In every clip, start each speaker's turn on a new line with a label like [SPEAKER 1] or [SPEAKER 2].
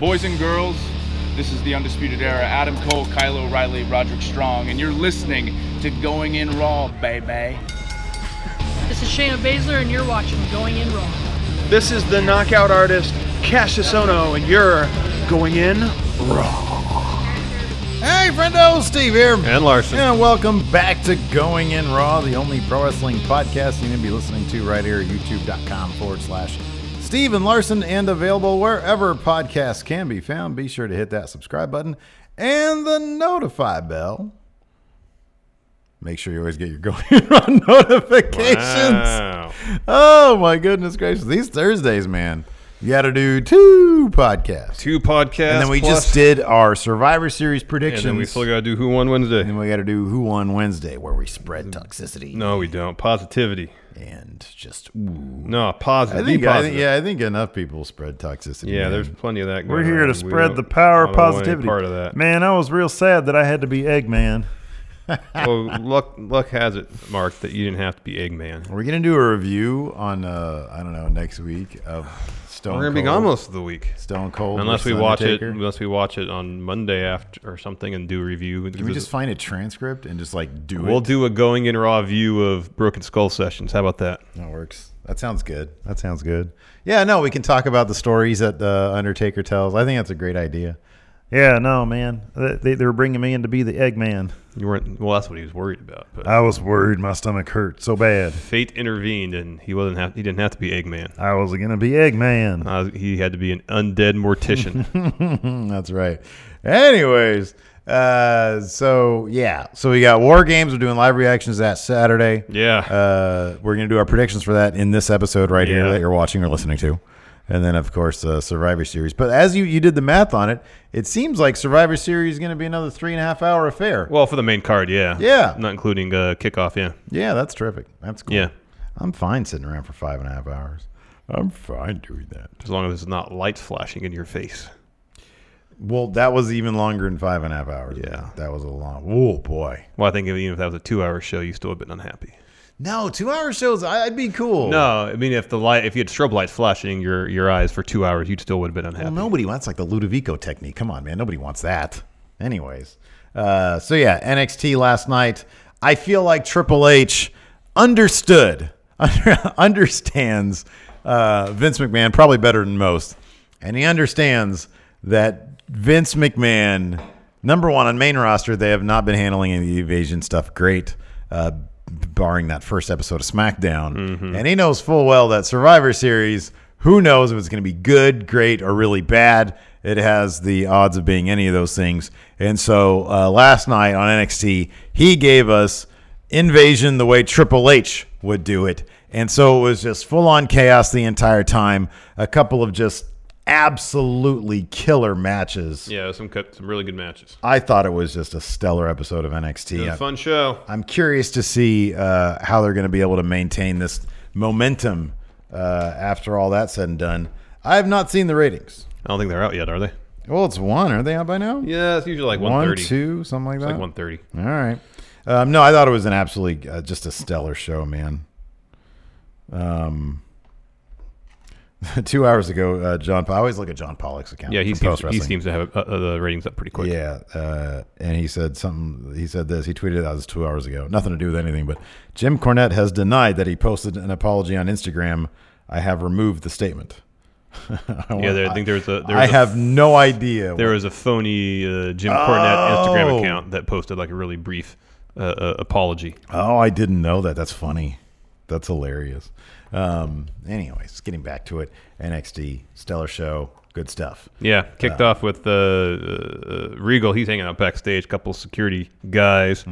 [SPEAKER 1] Boys and girls, this is the Undisputed Era. Adam Cole, Kylo Riley, Roderick Strong, and you're listening to Going In Raw, baby.
[SPEAKER 2] This is Shayna Baszler, and you're watching Going In Raw.
[SPEAKER 3] This is the knockout artist Cassius Ono, and you're going in raw.
[SPEAKER 4] Hey, friendo, Steve here.
[SPEAKER 3] And Larson.
[SPEAKER 4] And welcome back to Going In Raw, the only pro wrestling podcast you're going to be listening to right here at youtube.com forward slash Steve and Larson and available wherever podcasts can be found. Be sure to hit that subscribe button and the notify bell. Make sure you always get your Going In Raw notifications. Ah. Oh, my goodness gracious. These Thursdays, man, you got to do two podcasts.
[SPEAKER 5] Two podcasts.
[SPEAKER 4] And then we
[SPEAKER 5] plus-
[SPEAKER 4] just did our Survivor Series
[SPEAKER 5] And
[SPEAKER 4] predictions.
[SPEAKER 5] then we still got to do Who Won Wednesday.
[SPEAKER 4] And we got to do Who Won Wednesday, where we spread toxicity
[SPEAKER 5] No, we don't. Positivity.
[SPEAKER 4] and just. Ooh.
[SPEAKER 5] No, positive.
[SPEAKER 4] I think,
[SPEAKER 5] Be
[SPEAKER 4] I
[SPEAKER 5] positive.
[SPEAKER 4] think, yeah, I think enough people spread toxicity.
[SPEAKER 5] Yeah,
[SPEAKER 4] man.
[SPEAKER 5] there's plenty of that. Going
[SPEAKER 6] We're here
[SPEAKER 5] around.
[SPEAKER 6] to
[SPEAKER 5] We
[SPEAKER 6] spread
[SPEAKER 5] don't-
[SPEAKER 6] the power
[SPEAKER 5] I
[SPEAKER 6] of
[SPEAKER 5] don't want any
[SPEAKER 6] positivity.
[SPEAKER 5] Part of that.
[SPEAKER 6] Man, I was real sad that I had to be Eggman.
[SPEAKER 5] well, luck, luck has it, Mark, that you didn't have to be Eggman.
[SPEAKER 4] We're gonna do a review on uh, I don't know next week of Stone.
[SPEAKER 5] We're gonna be
[SPEAKER 4] Cold-
[SPEAKER 5] gone most of the week,
[SPEAKER 4] Stone Cold.
[SPEAKER 5] unless we
[SPEAKER 4] versus
[SPEAKER 5] watch it.
[SPEAKER 4] Undertaker.
[SPEAKER 5] Unless we watch it on Monday after or something and do a review.
[SPEAKER 4] Can we just find a transcript and just like do
[SPEAKER 5] We'll
[SPEAKER 4] it?
[SPEAKER 5] do a going in raw view of Broken Skull sessions. How about that?
[SPEAKER 4] That works. That sounds good. That sounds good. Yeah, no, we can talk about the stories that the Undertaker tells. I think that's a great idea.
[SPEAKER 6] Yeah, no, man. They- They, they were bringing me in to be the Eggman.
[SPEAKER 5] You weren't. Well, that's what he was worried about. But
[SPEAKER 6] I was worried my stomach hurt so bad.
[SPEAKER 5] fate intervened, and he wasn't. Have, he didn't have to be Eggman.
[SPEAKER 6] I was going to be Eggman.
[SPEAKER 5] Uh, he had to be an undead mortician.
[SPEAKER 4] That's right. Anyways, uh, so yeah, so we got War Games. We're doing live reactions that Saturday.
[SPEAKER 5] Yeah.
[SPEAKER 4] uh, we're gonna do our predictions for that in this episode right here
[SPEAKER 5] Yeah.
[SPEAKER 4] that you're watching or listening to, and then of course uh, Survivor Series. But as you you did the math on it, it seems like Survivor Series is gonna be another three and a half hour affair.
[SPEAKER 5] well, for the main card, yeah.
[SPEAKER 4] Yeah.
[SPEAKER 5] Not including uh, kickoff, yeah.
[SPEAKER 4] yeah, that's terrific. That's cool.
[SPEAKER 5] Yeah.
[SPEAKER 4] I'm fine sitting around for five and a half hours. I'm fine doing that.
[SPEAKER 5] As long as it's not lights flashing in your face.
[SPEAKER 4] Well, that was even longer than five and a half hours.
[SPEAKER 5] Yeah.
[SPEAKER 4] that was a long. Oh boy.
[SPEAKER 5] Well, I think even if that was a two hour show, you still would have been unhappy.
[SPEAKER 4] No, two hour shows. I- I'd be cool.
[SPEAKER 5] No, I mean, if the light, if you had strobe lights flashing your, your eyes for two hours, you'd still would have been unhappy.
[SPEAKER 4] Well, nobody wants like the Ludovico technique. Come on, man. Nobody wants that. Anyways, uh, so yeah, NXT last night. I feel like Triple H understood, understands uh, Vince McMahon probably better than most, and he understands that Vince McMahon, number one on main roster, they have not been handling any of the evasion stuff great. Uh, barring that first episode of SmackDown. And he knows full well that Survivor Series, who knows if it's going to be good, great, or really bad. It has the odds of being any of those things. And so uh, last night on NXT, he gave us Invasion the way Triple H would do it. And so it was just full on chaos the entire time. A couple of just absolutely killer matches.
[SPEAKER 5] Yeah, some cut, some really good matches.
[SPEAKER 4] I thought it was just a stellar episode of
[SPEAKER 5] It was
[SPEAKER 4] NXT.
[SPEAKER 5] a fun show.
[SPEAKER 4] I'm curious to see uh, how they're going to be able to maintain this momentum uh, after all that's said and done. I have not seen the ratings.
[SPEAKER 5] I don't think they're out yet, are they?
[SPEAKER 4] Well, it's one. Are they out by now?
[SPEAKER 5] Yeah, it's usually like
[SPEAKER 4] one,
[SPEAKER 5] 130.
[SPEAKER 4] two, something like
[SPEAKER 5] It's
[SPEAKER 4] that.
[SPEAKER 5] like 130.
[SPEAKER 4] All right. Um, no, I thought it was an absolutely uh, just a stellar show, man. Um, two hours ago, uh, John. I always look at John Pollock's account.
[SPEAKER 5] Yeah, he
[SPEAKER 4] from
[SPEAKER 5] seems,
[SPEAKER 4] Post
[SPEAKER 5] he
[SPEAKER 4] Wrestling.
[SPEAKER 5] seems to have uh, uh, the ratings up pretty quick.
[SPEAKER 4] Yeah, uh, and he said something. He said this. He tweeted that was two hours ago. Nothing to do with anything. But Jim Cornette has denied that he posted an apology on Instagram. I have removed the statement. I
[SPEAKER 5] Yeah, there, I
[SPEAKER 4] want-
[SPEAKER 5] think there's a. There
[SPEAKER 4] I
[SPEAKER 5] was a-
[SPEAKER 4] have no idea.
[SPEAKER 5] There
[SPEAKER 4] what-
[SPEAKER 5] was a phony uh, Jim Cornette
[SPEAKER 4] Oh.
[SPEAKER 5] Instagram account that posted like a really brief uh, uh, apology.
[SPEAKER 4] oh, I didn't know that. That's funny. That's hilarious. Um, anyways, getting back to it. NXT stellar show. Good stuff.
[SPEAKER 5] Yeah, kicked off with uh, uh, Regal. He's hanging out backstage. Couple security guys.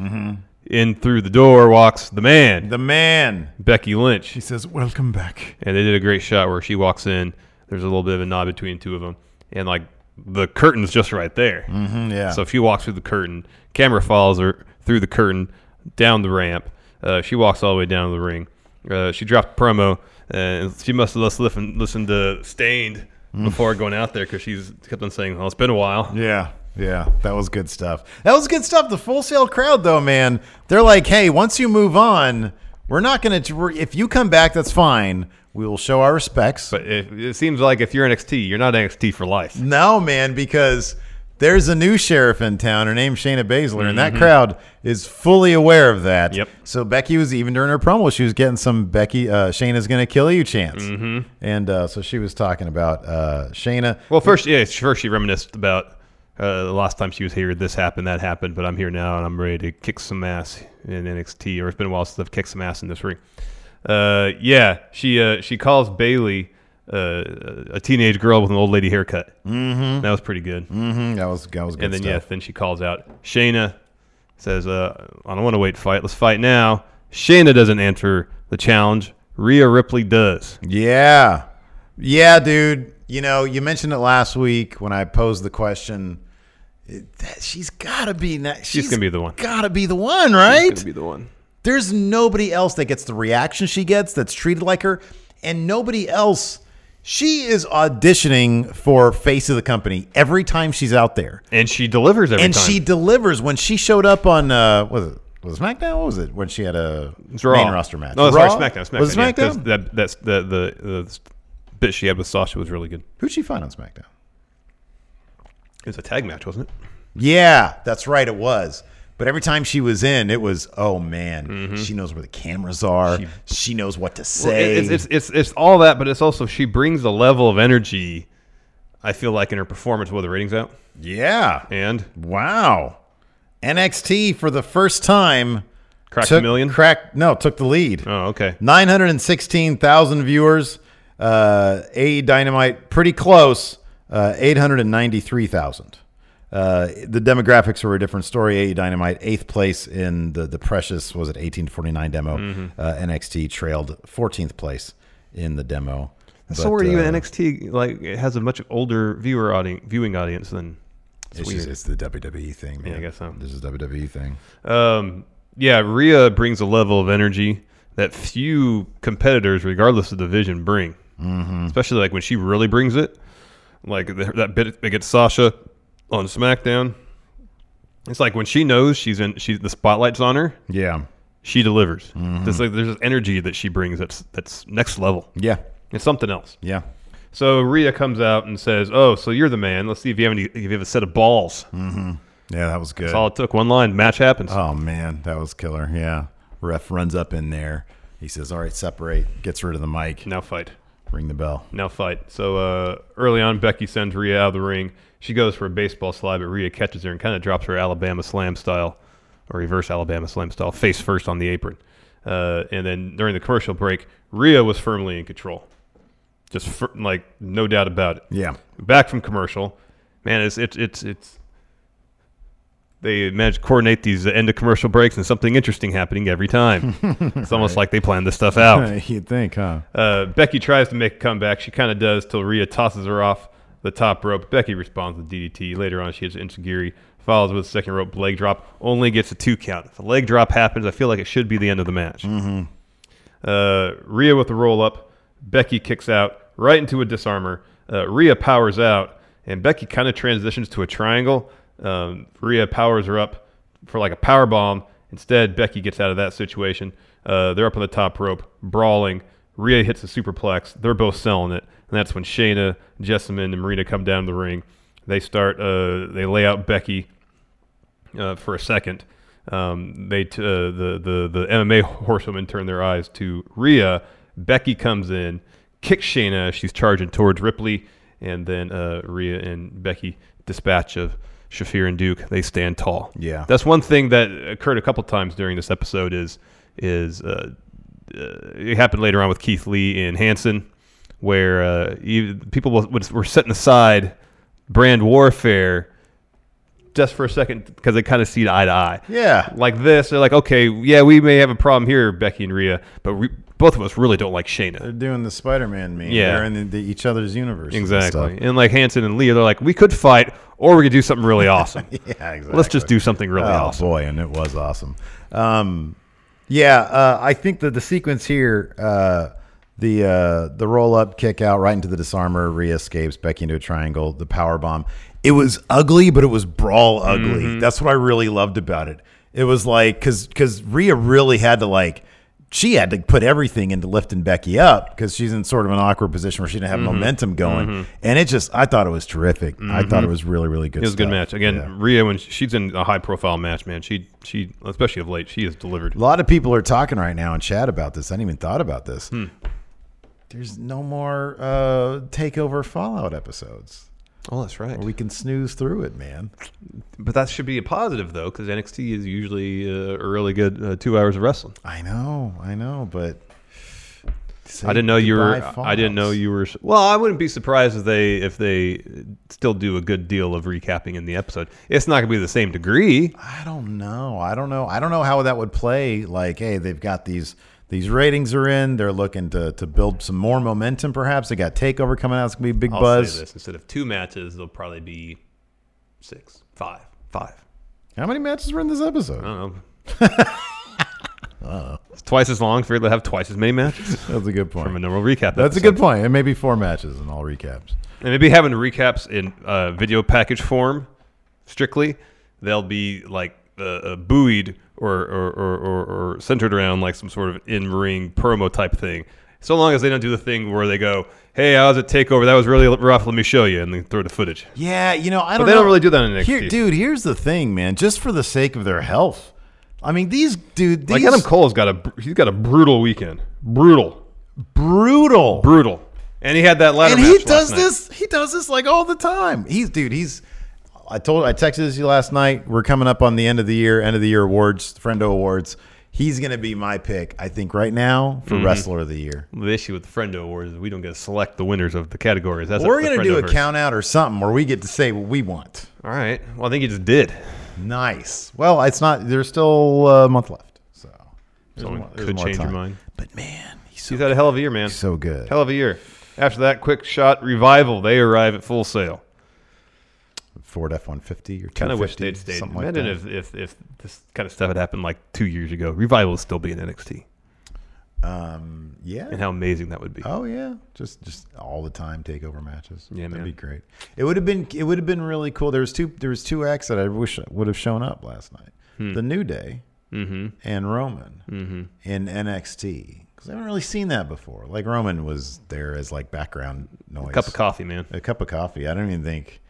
[SPEAKER 5] In through the door walks the man,
[SPEAKER 4] The man.
[SPEAKER 5] Becky Lynch,
[SPEAKER 4] He says, "Welcome back."
[SPEAKER 5] and they did a great shot where she walks in. There's a little bit of a nod between the two of them, and like the curtain's just right there.
[SPEAKER 4] Mhm, yeah.
[SPEAKER 5] So she walks through the curtain. Camera follows her through the curtain down the ramp. Uh, she walks all the way down to the ring. Uh, she dropped a promo, and she must have listened listened to Stained
[SPEAKER 4] Mm.
[SPEAKER 5] before going out there because she's kept on saying, "Well, it's been a while."
[SPEAKER 4] Yeah, yeah, that was good stuff. That was good stuff. The full sale crowd, though, man, they're like, hey, once you move on, we're not gonna. we're- If you come back, that's fine. We will show our respects.
[SPEAKER 5] But it, it seems like if you're NXT, you're not NXT for life.
[SPEAKER 4] No, man, because there's a new sheriff in town. Her name's Shayna Baszler, and that
[SPEAKER 5] Mhm.
[SPEAKER 4] crowd is fully aware of that. Yep. So Becky was even during her promo, she was getting some Becky uh, Shayna's gonna kill you chance,
[SPEAKER 5] Mhm.
[SPEAKER 4] and uh, so she was talking about uh, Shayna.
[SPEAKER 5] Well, first, yeah, she- first she reminisced about uh, the last time she was here. This happened, that happened, but I'm here now, and I'm ready to kick some ass in NXT. Or it's been a while since I've kicked some ass in this ring. Uh, yeah, she uh, she calls Bailey uh, a teenage girl with an old lady haircut.
[SPEAKER 4] Mhm.
[SPEAKER 5] That was pretty good.
[SPEAKER 4] Mm-hmm. That was that was good
[SPEAKER 5] And then
[SPEAKER 4] stuff.
[SPEAKER 5] yeah, then she calls out Shayna, says, uh, "I don't want to wait. to Fight. Let's fight now." Shayna doesn't answer the challenge. Rhea Ripley does.
[SPEAKER 4] Yeah. Yeah, dude. You know, you mentioned it last week when I posed the question. It- that- she's got to be next.
[SPEAKER 5] She's gonna be the one.
[SPEAKER 4] Got to be the one, right?
[SPEAKER 5] She's gonna be the one.
[SPEAKER 4] There's nobody else that gets the reaction she gets that's treated like her, and nobody else. She is auditioning for face of the company every time she's out there,
[SPEAKER 5] and she delivers every
[SPEAKER 4] and
[SPEAKER 5] time.
[SPEAKER 4] she delivers. When she showed up on uh, was it was it SmackDown? What was it when she had a
[SPEAKER 5] Raw.
[SPEAKER 4] main roster match?
[SPEAKER 5] No, sorry,
[SPEAKER 4] Raw?
[SPEAKER 5] SmackDown. SmackDown.
[SPEAKER 4] Was it
[SPEAKER 5] yeah,
[SPEAKER 4] SmackDown?
[SPEAKER 5] 'cause that, that's the, the the bit she had with Sasha was really good.
[SPEAKER 4] Who'd she find on SmackDown?
[SPEAKER 5] It was a tag match, wasn't it?
[SPEAKER 4] Yeah, that's right. It was. But every time she was in, it was, oh man, she knows where the cameras are. She, knows what to
[SPEAKER 5] Mm-hmm. Well, it-
[SPEAKER 4] say.
[SPEAKER 5] it's, it's it's it's all that, but it's also she brings a level of energy. I feel like in her performance, while the ratings out.
[SPEAKER 4] Yeah.
[SPEAKER 5] And
[SPEAKER 4] wow, NXT for the first time
[SPEAKER 5] cracked
[SPEAKER 4] took,
[SPEAKER 5] a million.
[SPEAKER 4] Crack no, took the lead.
[SPEAKER 5] Oh, okay.
[SPEAKER 4] Nine hundred and sixteen thousand viewers. Uh, a Dynamite pretty close. Uh, Eight hundred and ninety-three thousand. Uh, the demographics were a different story. AE Dynamite, eighth place in the the precious was it eighteen forty nine demo.
[SPEAKER 5] Mhm.
[SPEAKER 4] Uh, NXT trailed fourteenth place in the demo.
[SPEAKER 5] That's
[SPEAKER 4] But,
[SPEAKER 5] so weird.
[SPEAKER 4] uh,
[SPEAKER 5] even NXT like it has a much older viewer audience, viewing audience than.
[SPEAKER 4] It's just- it's the WWE thing, man.
[SPEAKER 5] Yeah, I guess so.
[SPEAKER 4] This is WWE thing.
[SPEAKER 5] Um, yeah, Rhea brings a level of energy that few competitors, regardless of division, bring.
[SPEAKER 4] Mhm.
[SPEAKER 5] Especially like when she really brings it, like th- that bit against Sasha on SmackDown. It's like when she knows she's in, she's the spotlight's on her.
[SPEAKER 4] Yeah,
[SPEAKER 5] she delivers.
[SPEAKER 4] Mhm.
[SPEAKER 5] It's like there's this energy that she brings that's that's next level.
[SPEAKER 4] Yeah,
[SPEAKER 5] it's something else.
[SPEAKER 4] Yeah.
[SPEAKER 5] So Rhea comes out and says, "Oh, so you're the man. Let's see if you have any, if you have a set of balls."
[SPEAKER 4] Mm-hmm. Yeah, that was good.
[SPEAKER 5] That's all it took. One line, match happens.
[SPEAKER 4] Oh man, that was killer. Yeah. Ref runs up in there. He says, "All right, separate." Gets rid of the mic.
[SPEAKER 5] Now fight.
[SPEAKER 4] Ring the bell.
[SPEAKER 5] Now fight. So uh, early on, Becky sends Rhea out of the ring. She goes for a baseball slide, but Rhea catches her and kind of drops her Alabama slam style, or reverse Alabama slam style, face first on the apron. Uh, and then during the commercial break, Rhea was firmly in control. Just fir- like no doubt about it.
[SPEAKER 4] Yeah.
[SPEAKER 5] Back from commercial, man. It's it's it's it's. They manage to coordinate these end of commercial breaks and something interesting happening every time. it's almost like they plan this stuff out.
[SPEAKER 4] You'd think, huh?
[SPEAKER 5] Uh, Becky tries to make a comeback. She kind of does till Rhea tosses her off the top rope. Becky responds with DDT. Later on, she hits an Insigiri, follows with a second rope leg drop. Only gets a two count. If a leg drop happens, I feel like it should be the end of the match.
[SPEAKER 4] Mm-hmm.
[SPEAKER 5] Uh, Rhea with the roll up. Becky kicks out right into a disarmer. Uh, Rhea powers out, and Becky kind of transitions to a triangle. Um, Rhea powers her up for like a power bomb. Instead, Becky gets out of that situation. Uh, they're up on the top rope, brawling. Rhea hits a superplex. They're both selling it, and that's when Shayna, Jessamine, and Marina come down to the ring. They start. Uh, they lay out Becky uh, for a second. Um, they t- uh, the the the MMA horsewomen turn their eyes to Rhea. Becky comes in, kicks Shayna. She's charging towards Ripley, and then uh, Rhea and Becky dispatch of Shafir and Duke. They stand tall.
[SPEAKER 4] Yeah.
[SPEAKER 5] that's one thing that occurred a couple times during this episode. Is is uh, uh, it happened later on with Keith Lee and Hanson, where uh, you, people wa- was- were setting aside brand warfare just for a second because they kind of see eye to eye.
[SPEAKER 4] Yeah.
[SPEAKER 5] like this, they're like, okay, yeah, we may have a problem here, Becky and Rhea, but we, both of us really don't like Shayna.
[SPEAKER 4] They're doing the Spider-Man meme.
[SPEAKER 5] Yeah.
[SPEAKER 4] They're in the, the, each other's universe. and stuff.
[SPEAKER 5] Exactly. And like Hanson and Leah, they're like, we could fight or we could do something really awesome. yeah,
[SPEAKER 4] exactly.
[SPEAKER 5] Let's just do something really
[SPEAKER 4] oh,
[SPEAKER 5] awesome.
[SPEAKER 4] boy, and it was awesome. Um, yeah, uh, I think that the sequence here, uh, the uh, the roll up, kick out, right into the disarmer, Rhea escapes, Becky into a triangle, the power bomb. It was ugly, but it was brawl ugly.
[SPEAKER 5] Mm-hmm.
[SPEAKER 4] That's what I really loved about it. It was like because because Rhea really had to like. She had to put everything into lifting Becky up because she's in sort of an awkward position where she didn't have
[SPEAKER 5] Mm-hmm.
[SPEAKER 4] momentum going, and it just—I thought it was terrific. I thought it
[SPEAKER 5] Mhm.
[SPEAKER 4] was really, really
[SPEAKER 5] It
[SPEAKER 4] good.
[SPEAKER 5] was a
[SPEAKER 4] stuff.
[SPEAKER 5] good match. Again,
[SPEAKER 4] Yeah.
[SPEAKER 5] Rhea, when she's in a high profile match, man, she, she especially of late, she has delivered.
[SPEAKER 4] A lot of people are talking right now in chat about this. I hadn't even thought about this.
[SPEAKER 5] Hmm.
[SPEAKER 4] There's no more uh, takeover Fallout episodes.
[SPEAKER 5] Oh, that's right.
[SPEAKER 4] We can snooze through it, man.
[SPEAKER 5] But that should be a positive, though, because NXT is usually uh, a really good uh, two hours of wrestling.
[SPEAKER 4] I know, I know, but
[SPEAKER 5] I didn't know you were.
[SPEAKER 4] Goodbye,
[SPEAKER 5] I didn't know you were. Well, I wouldn't be surprised if they if they still do a good deal of recapping in the episode. It's not going to be the same degree.
[SPEAKER 4] I don't know. I don't know. I don't know how that would play. Like, hey, they've got these these ratings are in. They're looking to to build some more momentum. Perhaps they got takeover coming out. It's gonna be a big
[SPEAKER 5] I'll
[SPEAKER 4] buzz.
[SPEAKER 5] say this: instead of two matches, there'll probably be six, five, five.
[SPEAKER 4] How many matches were in this
[SPEAKER 5] I
[SPEAKER 4] episode?
[SPEAKER 5] don't know. It's twice as long. Figured they'll have twice as many matches.
[SPEAKER 4] That's a good point.
[SPEAKER 5] From a normal recap.
[SPEAKER 4] That's a
[SPEAKER 5] episode.
[SPEAKER 4] good point. And maybe four matches and all recaps.
[SPEAKER 5] And maybe having recaps in uh, video package form, strictly, they'll be like uh, uh, buoyed or or, or, or or centered around like some sort of in-ring promo type thing. So long as they don't do the thing where they go, "Hey, I was at Takeover. That was really rough. Let me show you," and they throw the footage.
[SPEAKER 4] Yeah, you know, I
[SPEAKER 5] But
[SPEAKER 4] don't.
[SPEAKER 5] they don't
[SPEAKER 4] know.
[SPEAKER 5] really do that in NXT.
[SPEAKER 4] Here, dude. Here's the thing, man. Just for the sake of their health, I mean, these dude, these
[SPEAKER 5] Like Adam Cole's got a br- he's got a brutal weekend. Brutal,
[SPEAKER 4] brutal,
[SPEAKER 5] brutal. And he had that ladder
[SPEAKER 4] and
[SPEAKER 5] match
[SPEAKER 4] he
[SPEAKER 5] last
[SPEAKER 4] does
[SPEAKER 5] night.
[SPEAKER 4] this. He does this like all the time. He's dude. He's. I told. I texted you last night. We're coming up on the end of the year, end of the year awards, Friendo awards. He's gonna be my pick. I think right now
[SPEAKER 5] Mm-hmm.
[SPEAKER 4] for wrestler of the year.
[SPEAKER 5] The issue with the Friendo Awards is we don't get to select the winners of the categories. That's
[SPEAKER 4] We're
[SPEAKER 5] the
[SPEAKER 4] gonna do a
[SPEAKER 5] Friendoverse.
[SPEAKER 4] count out or something where we get to say what we want.
[SPEAKER 5] All right. Well, I think you just did.
[SPEAKER 4] Nice. Well, it's not. There's still uh, a month left, so there's
[SPEAKER 5] Someone
[SPEAKER 4] mo- there's
[SPEAKER 5] could
[SPEAKER 4] more
[SPEAKER 5] change
[SPEAKER 4] time.
[SPEAKER 5] your mind.
[SPEAKER 4] But man, he's so
[SPEAKER 5] He's had a hell of a year, man.
[SPEAKER 4] so good.
[SPEAKER 5] Hell of a year. After that quick shot revival, they arrive at full sale.
[SPEAKER 4] Ford F one fifty or
[SPEAKER 5] Kind of wish
[SPEAKER 4] 250,
[SPEAKER 5] they'd stayed.
[SPEAKER 4] Something like
[SPEAKER 5] Imagine
[SPEAKER 4] that.
[SPEAKER 5] if, if, if this kind of stuff had happened like two years ago. Revival would still be in NXT.
[SPEAKER 4] um,
[SPEAKER 5] And
[SPEAKER 4] yeah.
[SPEAKER 5] how amazing that would be.
[SPEAKER 4] Oh yeah, just just all the time takeover matches.
[SPEAKER 5] Yeah,
[SPEAKER 4] that'd
[SPEAKER 5] man.
[SPEAKER 4] be great. It would have been it would have been really cool. There was two there was two acts that I wish would have shown up last night.
[SPEAKER 5] Hmm.
[SPEAKER 4] The New Day
[SPEAKER 5] Mm-hmm.
[SPEAKER 4] and Roman in NXT because I haven't really seen that before. Like Roman was there as like background noise,
[SPEAKER 5] Cup of coffee, man.
[SPEAKER 4] a cup of coffee. I don't even think.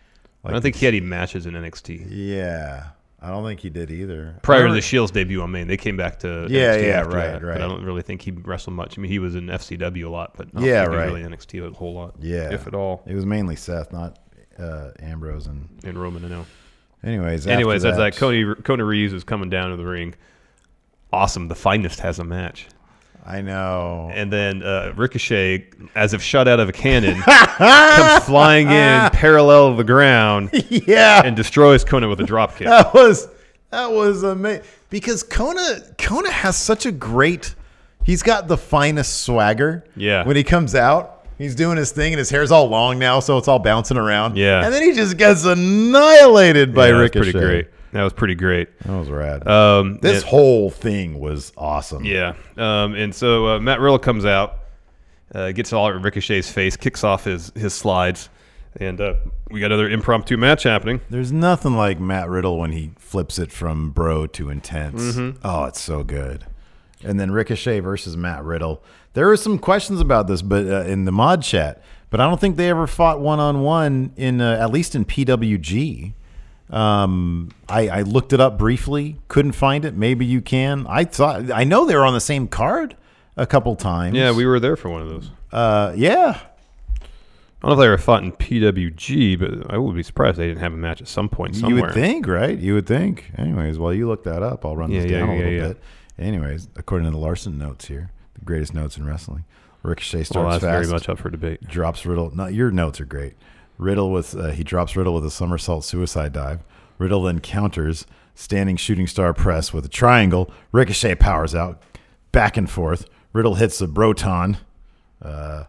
[SPEAKER 4] Like,
[SPEAKER 5] I don't think he had any matches in NXT.
[SPEAKER 4] Yeah, I don't think he did either.
[SPEAKER 5] Prior to
[SPEAKER 4] Or-
[SPEAKER 5] the Shield's debut on Main, they came back to
[SPEAKER 4] Yeah,
[SPEAKER 5] NXT
[SPEAKER 4] yeah,
[SPEAKER 5] after
[SPEAKER 4] right,
[SPEAKER 5] that,
[SPEAKER 4] right.
[SPEAKER 5] But I don't really think he wrestled much. I mean, he was in FCW a lot, but I don't
[SPEAKER 4] Yeah,
[SPEAKER 5] think he
[SPEAKER 4] right.
[SPEAKER 5] really NXT a whole lot,
[SPEAKER 4] Yeah,
[SPEAKER 5] if at all.
[SPEAKER 4] It was mainly Seth, not uh, Ambrose. And
[SPEAKER 5] In Roman, I know.
[SPEAKER 4] anyways, after
[SPEAKER 5] Anyways, that's
[SPEAKER 4] that,
[SPEAKER 5] that. Cody Cody Reeves is coming down to the ring. Awesome. The finest has a match.
[SPEAKER 4] I know.
[SPEAKER 5] And then uh, Ricochet, as if shot out of a cannon, comes flying in parallel to the ground
[SPEAKER 4] yeah,
[SPEAKER 5] and destroys Conan with a drop kick.
[SPEAKER 4] that was that was amazing because Kona Kona has such a great. He's got the finest swagger.
[SPEAKER 5] Yeah.
[SPEAKER 4] when he comes out, he's doing his thing, and his hair's all long now, so it's all bouncing around.
[SPEAKER 5] Yeah.
[SPEAKER 4] and then he just gets annihilated by
[SPEAKER 5] Yeah, that was
[SPEAKER 4] Ricochet.
[SPEAKER 5] pretty great. That was pretty great.
[SPEAKER 4] That was rad.
[SPEAKER 5] Um,
[SPEAKER 4] this
[SPEAKER 5] and-
[SPEAKER 4] whole thing was awesome.
[SPEAKER 5] Yeah. Um, and so uh, Matt Riddle comes out, uh, gets all at Ricochet's face, kicks off his, his slides, and uh, we got another impromptu match happening.
[SPEAKER 4] There's nothing like Matt Riddle when he flips it from bro to intense.
[SPEAKER 5] Mm-hmm.
[SPEAKER 4] Oh, it's so good. And then Ricochet versus Matt Riddle. There were some questions about this, but uh, in the mod chat, but I don't think they ever fought one on one in uh, at least in PWG. Um, I, I looked it up briefly, couldn't find it. Maybe you can. I thought I know they were on the same card a couple times.
[SPEAKER 5] Yeah, we were there for one of those.
[SPEAKER 4] Uh, yeah,
[SPEAKER 5] I don't know if they ever fought in PWG, but I would be surprised they didn't have a match at some point somewhere.
[SPEAKER 4] You would think, right? You would think. Anyways, while you look that up, I'll run this
[SPEAKER 5] Yeah, yeah,
[SPEAKER 4] down a
[SPEAKER 5] yeah,
[SPEAKER 4] little
[SPEAKER 5] yeah.
[SPEAKER 4] bit. Anyways, according to the Larson notes here, the greatest notes in wrestling, Ricochet starts
[SPEAKER 5] Well, that's
[SPEAKER 4] fast,
[SPEAKER 5] very much up for debate.
[SPEAKER 4] drops Riddle. No, your notes are great. Riddle with uh, he drops Riddle with a somersault suicide dive. Riddle then counters standing shooting star press with a triangle. Ricochet powers out back and forth. Riddle hits the Broton. Uh,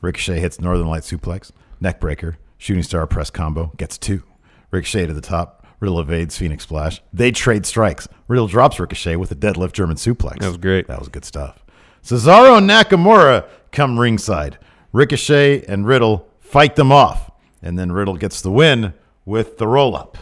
[SPEAKER 4] Ricochet hits Northern Light Suplex. Neckbreaker. Shooting Star press combo. Gets two. Ricochet to the top. Riddle evades Phoenix Splash. They trade strikes. Riddle drops Ricochet with a deadlift German suplex.
[SPEAKER 5] That was great.
[SPEAKER 4] That was good stuff. Cesaro and Nakamura come ringside. Ricochet and Riddle fight them off. And then Riddle gets the win with the roll up.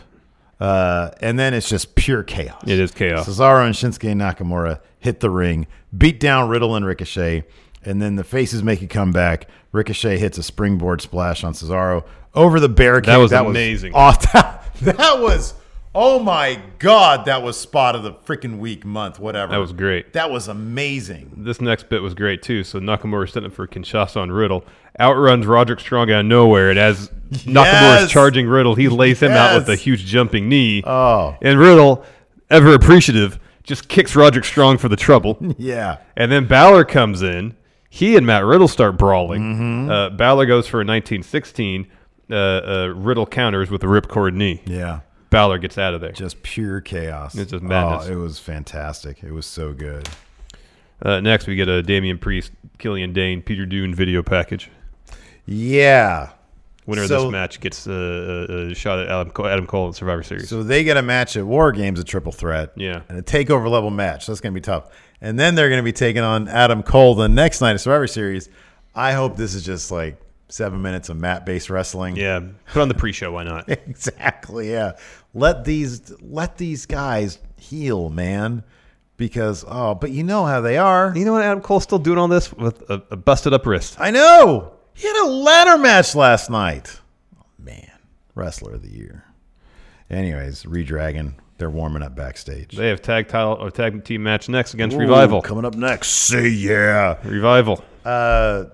[SPEAKER 4] Uh, and then it's just pure chaos.
[SPEAKER 5] It is chaos.
[SPEAKER 4] Cesaro and Shinsuke Nakamura hit the ring, beat down Riddle and Ricochet, and then the faces make a comeback. Ricochet hits a springboard splash on Cesaro over the barricade.
[SPEAKER 5] That was amazing.
[SPEAKER 4] aw- that, that was, oh my God, that was spot of the freaking week, month, whatever.
[SPEAKER 5] That was great.
[SPEAKER 4] That was amazing.
[SPEAKER 5] This next bit was great too. So Nakamura is setting up for Kinshasa on Riddle. Outruns Roderick Strong out of nowhere. And as Nakamura
[SPEAKER 4] Yes!
[SPEAKER 5] is charging Riddle, he lays him out with a
[SPEAKER 4] Yes!
[SPEAKER 5] huge jumping knee.
[SPEAKER 4] Oh.
[SPEAKER 5] And Riddle, ever appreciative, just kicks Roderick Strong for the trouble.
[SPEAKER 4] Yeah.
[SPEAKER 5] And then Balor comes in. He and Matt Riddle start brawling.
[SPEAKER 4] Mm-hmm.
[SPEAKER 5] Uh, Balor goes for a 1916. Uh, uh, Riddle counters with a ripcord knee.
[SPEAKER 4] Yeah.
[SPEAKER 5] Balor gets out of there.
[SPEAKER 4] Just pure chaos.
[SPEAKER 5] It's just madness.
[SPEAKER 4] Oh, it was fantastic. It was so good.
[SPEAKER 5] Uh, next, we get a Damian Priest, Killian Dane, Peter Dune video package.
[SPEAKER 4] Yeah.
[SPEAKER 5] Winner of
[SPEAKER 4] So-
[SPEAKER 5] this match gets uh, a, a shot at Adam Cole, Adam Cole in Survivor Series.
[SPEAKER 4] So they get a match at War Games, a triple threat.
[SPEAKER 5] Yeah.
[SPEAKER 4] And a takeover level match. That's going to be tough. And then they're going to be taking on Adam Cole the next night of Survivor Series. I hope this is just like seven minutes of mat based wrestling.
[SPEAKER 5] yeah, put on the pre-show. Why not?
[SPEAKER 4] exactly. Yeah. Let these let these guys heal, man. Because oh, but you know how they are.
[SPEAKER 5] You know what? Adam Cole's still doing all this with a, a busted up wrist.
[SPEAKER 4] I know. He had a ladder match last night. Oh, man, wrestler of the year. Anyways, Redragon, they're warming up backstage.
[SPEAKER 5] They have tag title or tag team match next against Revival.
[SPEAKER 4] Ooh, coming up next. Say yeah.
[SPEAKER 5] Revival.
[SPEAKER 4] Uh,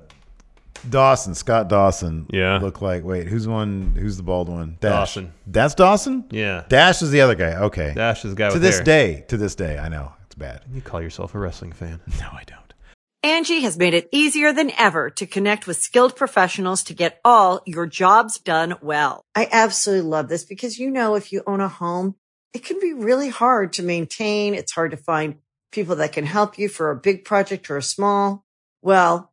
[SPEAKER 4] Dawson, Scott Dawson.
[SPEAKER 5] Yeah.
[SPEAKER 4] Look like wait, who's the one? Who's the bald one? Dash.
[SPEAKER 5] Dawson.
[SPEAKER 4] That's Dawson.
[SPEAKER 5] Yeah.
[SPEAKER 4] Dash is the other guy. Okay.
[SPEAKER 5] Dash is the guy
[SPEAKER 4] To
[SPEAKER 5] with
[SPEAKER 4] this
[SPEAKER 5] hair.
[SPEAKER 4] day, to this day, I know it's bad.
[SPEAKER 5] You call yourself a wrestling fan?
[SPEAKER 4] No, I don't.
[SPEAKER 7] Angie has made it easier than ever to connect with skilled professionals to get all your jobs done well. I absolutely love this because, you know, if you own a home, it can be really hard to maintain. It's hard to find people that can help you for a big project or a small. Well,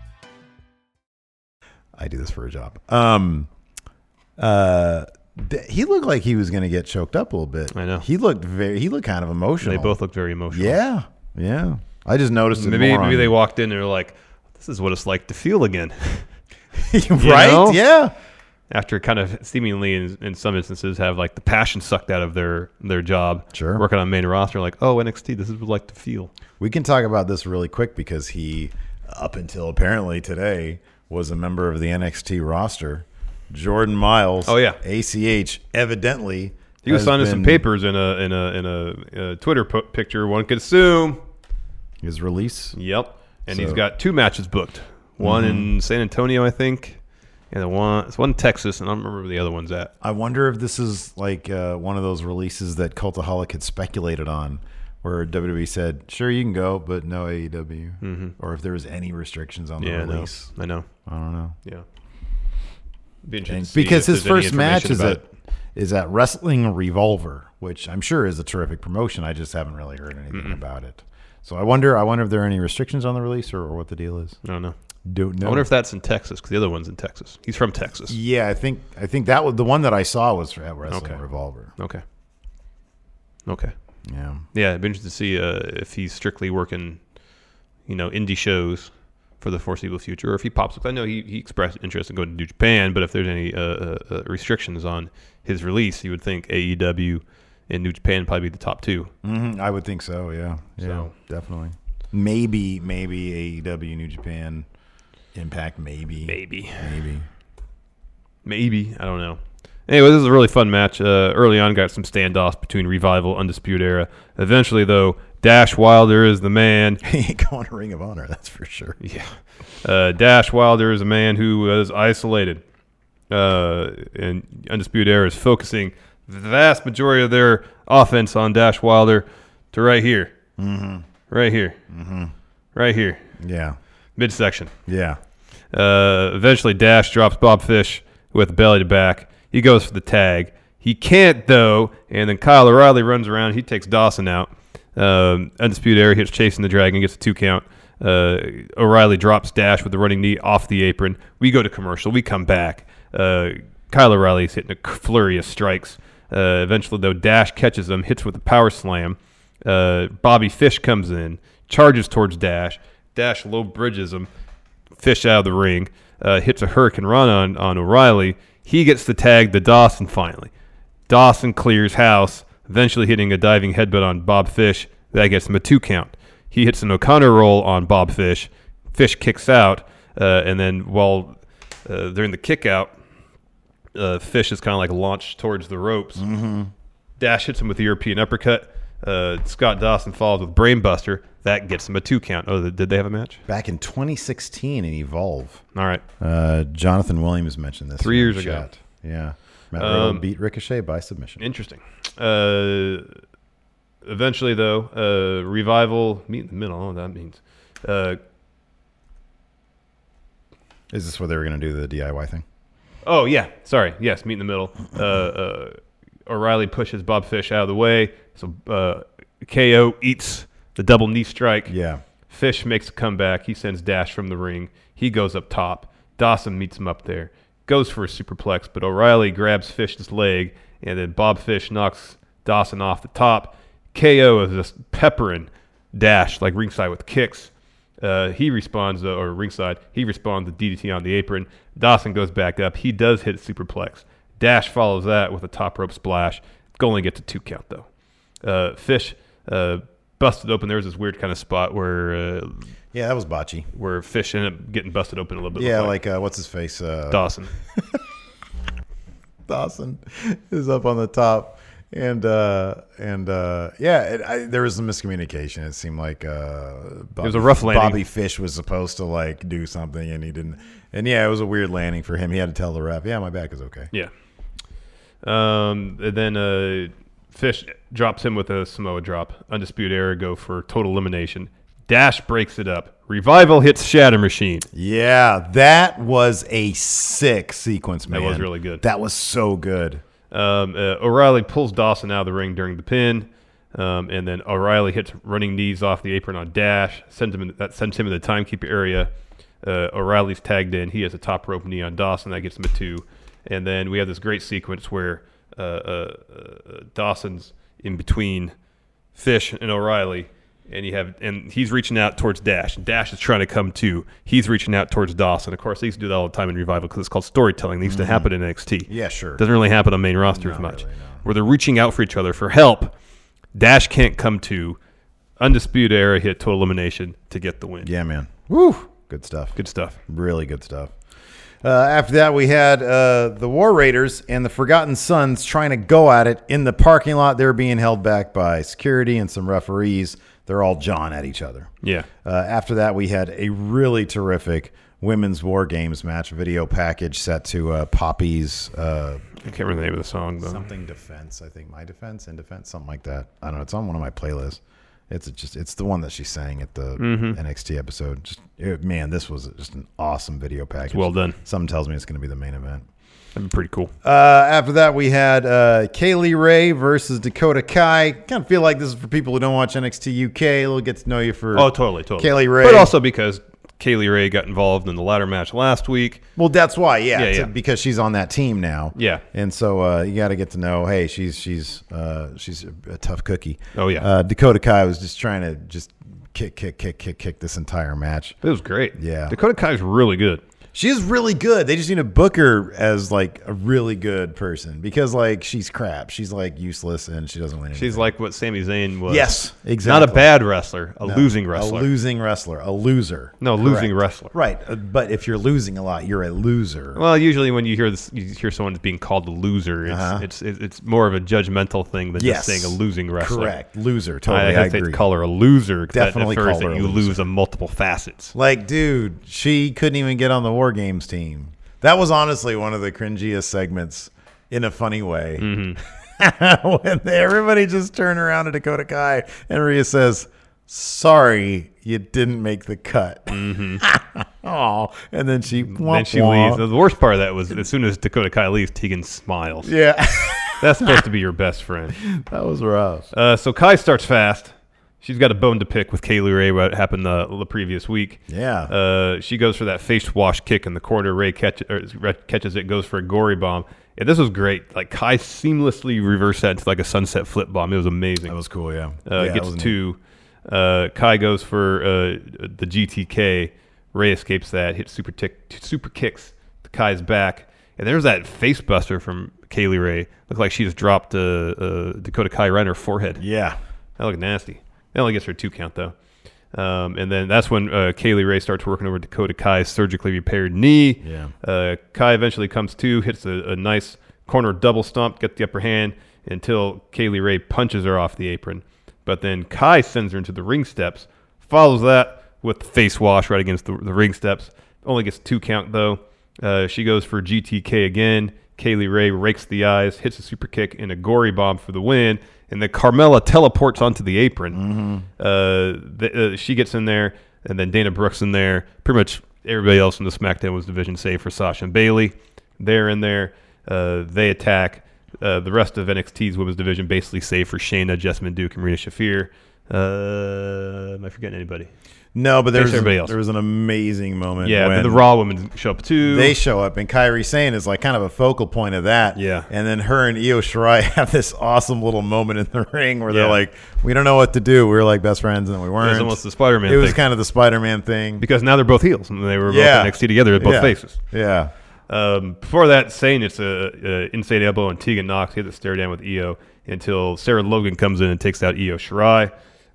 [SPEAKER 4] I do this for a job. Um, uh, th- he looked like he was going to get choked up a little bit. I know. He looked very. He looked kind of emotional.
[SPEAKER 5] They both looked very emotional.
[SPEAKER 4] Yeah, yeah. I just noticed it
[SPEAKER 5] Maybe
[SPEAKER 4] more on-
[SPEAKER 5] maybe they walked in and were like, "This is what it's like to feel again."
[SPEAKER 4] right? Yeah.
[SPEAKER 5] After kind of seemingly, in, in some instances, have like the passion sucked out of their their job. Sure. Working on main roster, like, oh NXT, this is what it's like to feel.
[SPEAKER 4] We can talk about this really quick because he, up until apparently today, was a member of the NXT roster. Jordan Miles.
[SPEAKER 5] Oh, yeah.
[SPEAKER 4] ACH evidently
[SPEAKER 5] He was
[SPEAKER 4] has
[SPEAKER 5] signing some
[SPEAKER 4] been-
[SPEAKER 5] papers in a in a in a, uh Twitter po- picture. One could assume
[SPEAKER 4] his release.
[SPEAKER 5] Yep, and he's
[SPEAKER 4] So- Mm-hmm.
[SPEAKER 5] got two matches booked. One in San Antonio, I think, and the one it's one in Texas, and I don't remember where the other one's at.
[SPEAKER 4] I wonder if this is like uh, one of those releases that Cultaholic had speculated on, where WWE said, "Sure, you can go, but no AEW," or if there was any restrictions on the
[SPEAKER 5] Mm-hmm. Yeah, I know.
[SPEAKER 4] release.
[SPEAKER 5] I know.
[SPEAKER 4] I don't know.
[SPEAKER 5] Yeah, Be interesting
[SPEAKER 4] And-
[SPEAKER 5] to see
[SPEAKER 4] because
[SPEAKER 5] if
[SPEAKER 4] his
[SPEAKER 5] there's any
[SPEAKER 4] first match
[SPEAKER 5] information
[SPEAKER 4] is
[SPEAKER 5] about
[SPEAKER 4] at is at Wrestling Revolver, which I'm sure is a terrific promotion. I just haven't really heard anything
[SPEAKER 5] Mm-hmm.
[SPEAKER 4] about it. So I wonder. I wonder if there are any restrictions on the release or, or what the deal is.
[SPEAKER 5] I don't know.
[SPEAKER 4] Don't know.
[SPEAKER 5] I wonder if that's in Texas because the other one's in Texas. He's from Texas.
[SPEAKER 4] Yeah, I think I think that was the one that I saw was at Wrestling
[SPEAKER 5] Okay.
[SPEAKER 4] Revolver.
[SPEAKER 5] Okay. Okay.
[SPEAKER 4] Yeah.
[SPEAKER 5] Yeah, it'd be interesting to see uh, if he's strictly working, you know, indie shows for the foreseeable future, or if he pops. Cause I know he, he expressed interest in going to New Japan, but if there's any uh, uh, uh, restrictions on his release, you would think AEW and New Japan probably be the top two.
[SPEAKER 4] hmm I would think so. Yeah. Yeah.
[SPEAKER 5] So-
[SPEAKER 4] Definitely. Maybe maybe AEW New Japan Impact. Maybe.
[SPEAKER 5] Maybe.
[SPEAKER 4] Maybe.
[SPEAKER 5] Maybe I don't know. Anyway, this is a really fun match. Uh, early on, got some standoffs between Revival, Undisputed Era. Eventually, though, Dash Wilder is the man.
[SPEAKER 4] He ain't going to Ring of Honor. That's for sure.
[SPEAKER 5] Yeah. Uh, Dash Wilder is a man who was isolated, uh, and Undisputed Era is focusing the vast majority of their offense on Dash Wilder to right here,
[SPEAKER 4] Mhm.
[SPEAKER 5] right here,
[SPEAKER 4] Mhm.
[SPEAKER 5] right here.
[SPEAKER 4] Yeah.
[SPEAKER 5] midsection.
[SPEAKER 4] Yeah.
[SPEAKER 5] Uh, eventually, Dash drops Bob Fish with belly to back. He goes for the tag. He can't though, and then Kyle O'Reilly runs around. He takes Dawson out. Um, Undisputed Era hits chasing the dragon, gets a two count. Uh, O'Reilly drops Dash with the running knee off the apron. We go to commercial. We come back. Uh, Kyle O'Reilly is hitting a flurry of strikes. Uh, eventually, though, Dash catches him, hits with a power slam. Uh, Bobby Fish comes in, charges towards Dash. Dash low bridges him. Fish out of the ring, uh, hits a hurricane run on, on O'Reilly. He gets the tag to Dawson finally. Dawson clears house, eventually hitting a diving headbutt on Bob Fish. That gets him a two count. He hits an O'Connor roll on Bob Fish. Fish kicks out, uh, and then while uh, during the kick out, uh, Fish is kind of like launched towards the ropes. Dash hits him with the European uppercut. Uh, Scott Dawson follows with brainbuster. That gets him a two count. Oh, th- did they have a match?
[SPEAKER 4] Back in 2016 in Evolve.
[SPEAKER 5] All right.
[SPEAKER 4] Uh, Jonathan Williams mentioned this.
[SPEAKER 5] Three
[SPEAKER 4] in
[SPEAKER 5] years
[SPEAKER 4] the
[SPEAKER 5] ago.
[SPEAKER 4] chat. Yeah. Matt
[SPEAKER 5] Um,
[SPEAKER 4] Riddle beat Ricochet by submission.
[SPEAKER 5] Interesting. Uh, eventually, though, uh, revival meet in the middle. I don't know what that means. Uh,
[SPEAKER 4] Is this where they were going to do the DIY thing?
[SPEAKER 5] oh yeah, sorry. Yes, meet in the middle. Uh, uh, O'Reilly pushes Bob Fish out of the way. So uh, KO eats the double knee strike.
[SPEAKER 4] Yeah.
[SPEAKER 5] Fish makes a comeback. He sends Dash from the ring. He goes up top. Dawson meets him up there. Goes for a superplex, but O'Reilly grabs Fish's leg, and then Bob Fish knocks Dawson off the top. KO is just peppering Dash like ringside with kicks. Uh, he responds, though, or ringside, he responds to DDT on the apron. Dawson goes back up. He does hit superplex. Dash follows that with a top rope splash. Going to get to two count, though. Uh, Fish uh, busted open. There was this weird kind of spot where. Uh,
[SPEAKER 4] yeah, that was botchy.
[SPEAKER 5] Where Fish ended up getting busted open a little bit.
[SPEAKER 4] Yeah,
[SPEAKER 5] looked
[SPEAKER 4] like, uh, what's his face? Uh,
[SPEAKER 5] Dawson.
[SPEAKER 4] Dawson is up on the top, and uh, and uh, yeah, it, I, there was a miscommunication. It seemed like uh, Bobby,
[SPEAKER 5] was a rough landing.
[SPEAKER 4] Bobby Fish was supposed to like do something, and he didn't. And yeah, it was a weird landing for him. He had to tell the ref, "Yeah, my back is okay."
[SPEAKER 5] Yeah. Um, and then uh, Fish drops him with a Samoa drop. Undisputed Era go for total elimination. Dash breaks it up. Revival hits Shatter Machine.
[SPEAKER 4] Yeah, that was a sick sequence, man.
[SPEAKER 5] That was really good.
[SPEAKER 4] That was so good.
[SPEAKER 5] Um, uh, O'Reilly pulls Dawson out of the ring during the pin, um, and then O'Reilly hits running knees off the apron on Dash. Sends him in, that sends him in the timekeeper area. Uh, O'Reilly's tagged in. He has a top rope knee on Dawson. That gets him a two. And then we have this great sequence where uh, uh, uh, Dawson's in between Fish and O'Reilly, and you have and he's reaching out towards Dash. Dash is trying to come to. He's reaching out towards Dawson. Of course, they used to do that all the time in Revival because it's called storytelling. They used to happen in NXT.
[SPEAKER 4] Mm-hmm. Yeah, sure.
[SPEAKER 5] Doesn't really happen on main roster as much, where they're reaching out for each other for help. Dash can't come to. Undisputed era hit total elimination to get the win.
[SPEAKER 4] Yeah, man. Woo. Good stuff.
[SPEAKER 5] Good stuff.
[SPEAKER 4] Really good stuff. Uh, after that, we had uh, the War Raiders and the Forgotten Sons trying to go at it in the parking lot. They're being held back by security and some referees. They're all jawing at each other.
[SPEAKER 5] Yeah.
[SPEAKER 4] Uh, after that, we had a really terrific women's war games match video package set to uh, Poppy's. Uh,
[SPEAKER 5] I can't remember the name of the song, though.
[SPEAKER 4] Something defense, I think. My defense, in defense, something like that. I don't know. It's on one of my playlists. It's just it's the one that she sang at the
[SPEAKER 5] Mhm.
[SPEAKER 4] NXT episode. Just it- man, this was just an awesome video package.
[SPEAKER 5] well done.
[SPEAKER 4] Something tells me it's going to be the main event.
[SPEAKER 5] That'd be pretty cool.
[SPEAKER 4] Uh, after that, we had uh, Kaylee Ray versus Dakota Kai. Kind of feel like this is for people who don't watch NXT UK. They'll get to know you for
[SPEAKER 5] Oh, totally, totally.
[SPEAKER 4] Kaylee Ray.
[SPEAKER 5] But also because Kaylee Ray got involved in the ladder match last week.
[SPEAKER 4] Well, that's why, yeah,
[SPEAKER 5] Yeah,
[SPEAKER 4] to-
[SPEAKER 5] yeah.
[SPEAKER 4] because she's on that team now.
[SPEAKER 5] Yeah.
[SPEAKER 4] and so uh, you got to get to know. Hey, she's she's uh, she's a, a tough cookie.
[SPEAKER 5] Oh, yeah.
[SPEAKER 4] uh, Dakota Kai was just trying to just kick, kick, kick, kick, kick this entire match.
[SPEAKER 5] It was great.
[SPEAKER 4] Yeah,
[SPEAKER 5] Dakota Kai's really good.
[SPEAKER 4] She's really good. They just need to book her as like a really good person because like she's crap. She's like useless and she doesn't win anything.
[SPEAKER 5] She's like what Sami Zayn was.
[SPEAKER 4] Yes, exactly.
[SPEAKER 5] Not a bad wrestler, a
[SPEAKER 4] No,
[SPEAKER 5] losing wrestler.
[SPEAKER 4] A losing wrestler. A loser.
[SPEAKER 5] No, losing wrestler.
[SPEAKER 4] Right. Uh, But if you're losing a lot, you're a loser.
[SPEAKER 5] well, usually when you hear this, you hear someone being called a loser. It's
[SPEAKER 4] Uh-huh.
[SPEAKER 5] it's, it's it's more of a judgmental thing than
[SPEAKER 4] Yes.
[SPEAKER 5] just saying a losing wrestler.
[SPEAKER 4] Correct. Loser, totally,
[SPEAKER 5] I,
[SPEAKER 4] I
[SPEAKER 5] think
[SPEAKER 4] agree.
[SPEAKER 5] they'd call her a loser. 'cause
[SPEAKER 4] Definitely
[SPEAKER 5] that infers
[SPEAKER 4] call her
[SPEAKER 5] that
[SPEAKER 4] a
[SPEAKER 5] you
[SPEAKER 4] loser.
[SPEAKER 5] lose on multiple facets.
[SPEAKER 4] Like, dude, she couldn't even get on the War Games team. That was honestly one of the cringiest segments in a funny way.
[SPEAKER 5] Mm-hmm.
[SPEAKER 4] when they- everybody just turned around to Dakota Kai and Rhea says, Sorry, you didn't make the cut. oh, and then she,
[SPEAKER 5] Mm-hmm. then she leaves. The worst part of that was as soon as Dakota Kai leaves, Tegan smiles.
[SPEAKER 4] Yeah.
[SPEAKER 5] That's supposed to be your best friend.
[SPEAKER 4] That was rough.
[SPEAKER 5] Uh, so Kai starts fast. She's got a bone to pick with Kaylee Ray, what happened the, the previous week.
[SPEAKER 4] Yeah.
[SPEAKER 5] Uh, she goes for that face wash kick in the corner. Ray catch, er, Ray catches it, goes for a gory bomb. Yeah, this was great. Like Kai seamlessly reversed that into like a sunset flip bomb. It was amazing. That
[SPEAKER 4] was cool, yeah.
[SPEAKER 5] Uh,
[SPEAKER 4] Yeah, that
[SPEAKER 5] gets
[SPEAKER 4] was neat.
[SPEAKER 5] two. Uh, Kai goes for uh, the GTK. Ray escapes that, hits super, tick, super kicks to Kai's back. And there's that face buster from Kaylee Ray. Looked like she just dropped uh, uh, Dakota Kai right on her forehead.
[SPEAKER 4] Yeah.
[SPEAKER 5] That looked nasty. That only gets her a two count, though. Um, and then that's when uh, Kaylee Ray starts working over Dakota Kai's surgically repaired knee.
[SPEAKER 4] Yeah.
[SPEAKER 5] Uh, Kai eventually comes to, hits a, a nice corner double stomp, gets the upper hand until Kaylee Ray punches her off the apron. But then Kai sends her into the ring steps, follows that with the face wash right against the, the ring steps. Only gets two count though. Uh, she goes for GTK again. Kaylee Ray rakes the eyes, hits a super kick and a gory bomb for the win. And then Carmella teleports onto the apron. Uh, th- uh, she gets in there, and then Dana Brooks in there. Pretty much everybody else in the SmackDown was division save for Sasha and Bailey. They're in there. Uh, they attack. Uh, the rest of NXT's women's division basically save for Shayna, Jessamine Duke, and Rhea Shafir. Uh, am I forgetting anybody?
[SPEAKER 4] No, but there was,
[SPEAKER 5] Basically everybody else.
[SPEAKER 4] there was an amazing moment.
[SPEAKER 5] Yeah,
[SPEAKER 4] when
[SPEAKER 5] the Raw women show up too.
[SPEAKER 4] They show up, and Kyrie Sane is like kind of a focal point of that.
[SPEAKER 5] Yeah.
[SPEAKER 4] And then her and Io Shirai have this awesome little moment in the ring where they're
[SPEAKER 5] Yeah.
[SPEAKER 4] like, we don't know what to do. We were like best friends, and we weren't.
[SPEAKER 5] almost the Spider-Man
[SPEAKER 4] It was
[SPEAKER 5] thing.
[SPEAKER 4] kind of the Spider Man thing.
[SPEAKER 5] because now they're both heels and they were
[SPEAKER 4] Yeah.
[SPEAKER 5] both NXT together, both
[SPEAKER 4] Yeah.
[SPEAKER 5] faces.
[SPEAKER 4] Yeah.
[SPEAKER 5] Um, before that, Sane it's a, a inside elbow and Tegan Knox hit the stare down with Io until Sarah Logan comes in and takes out Io Shirai.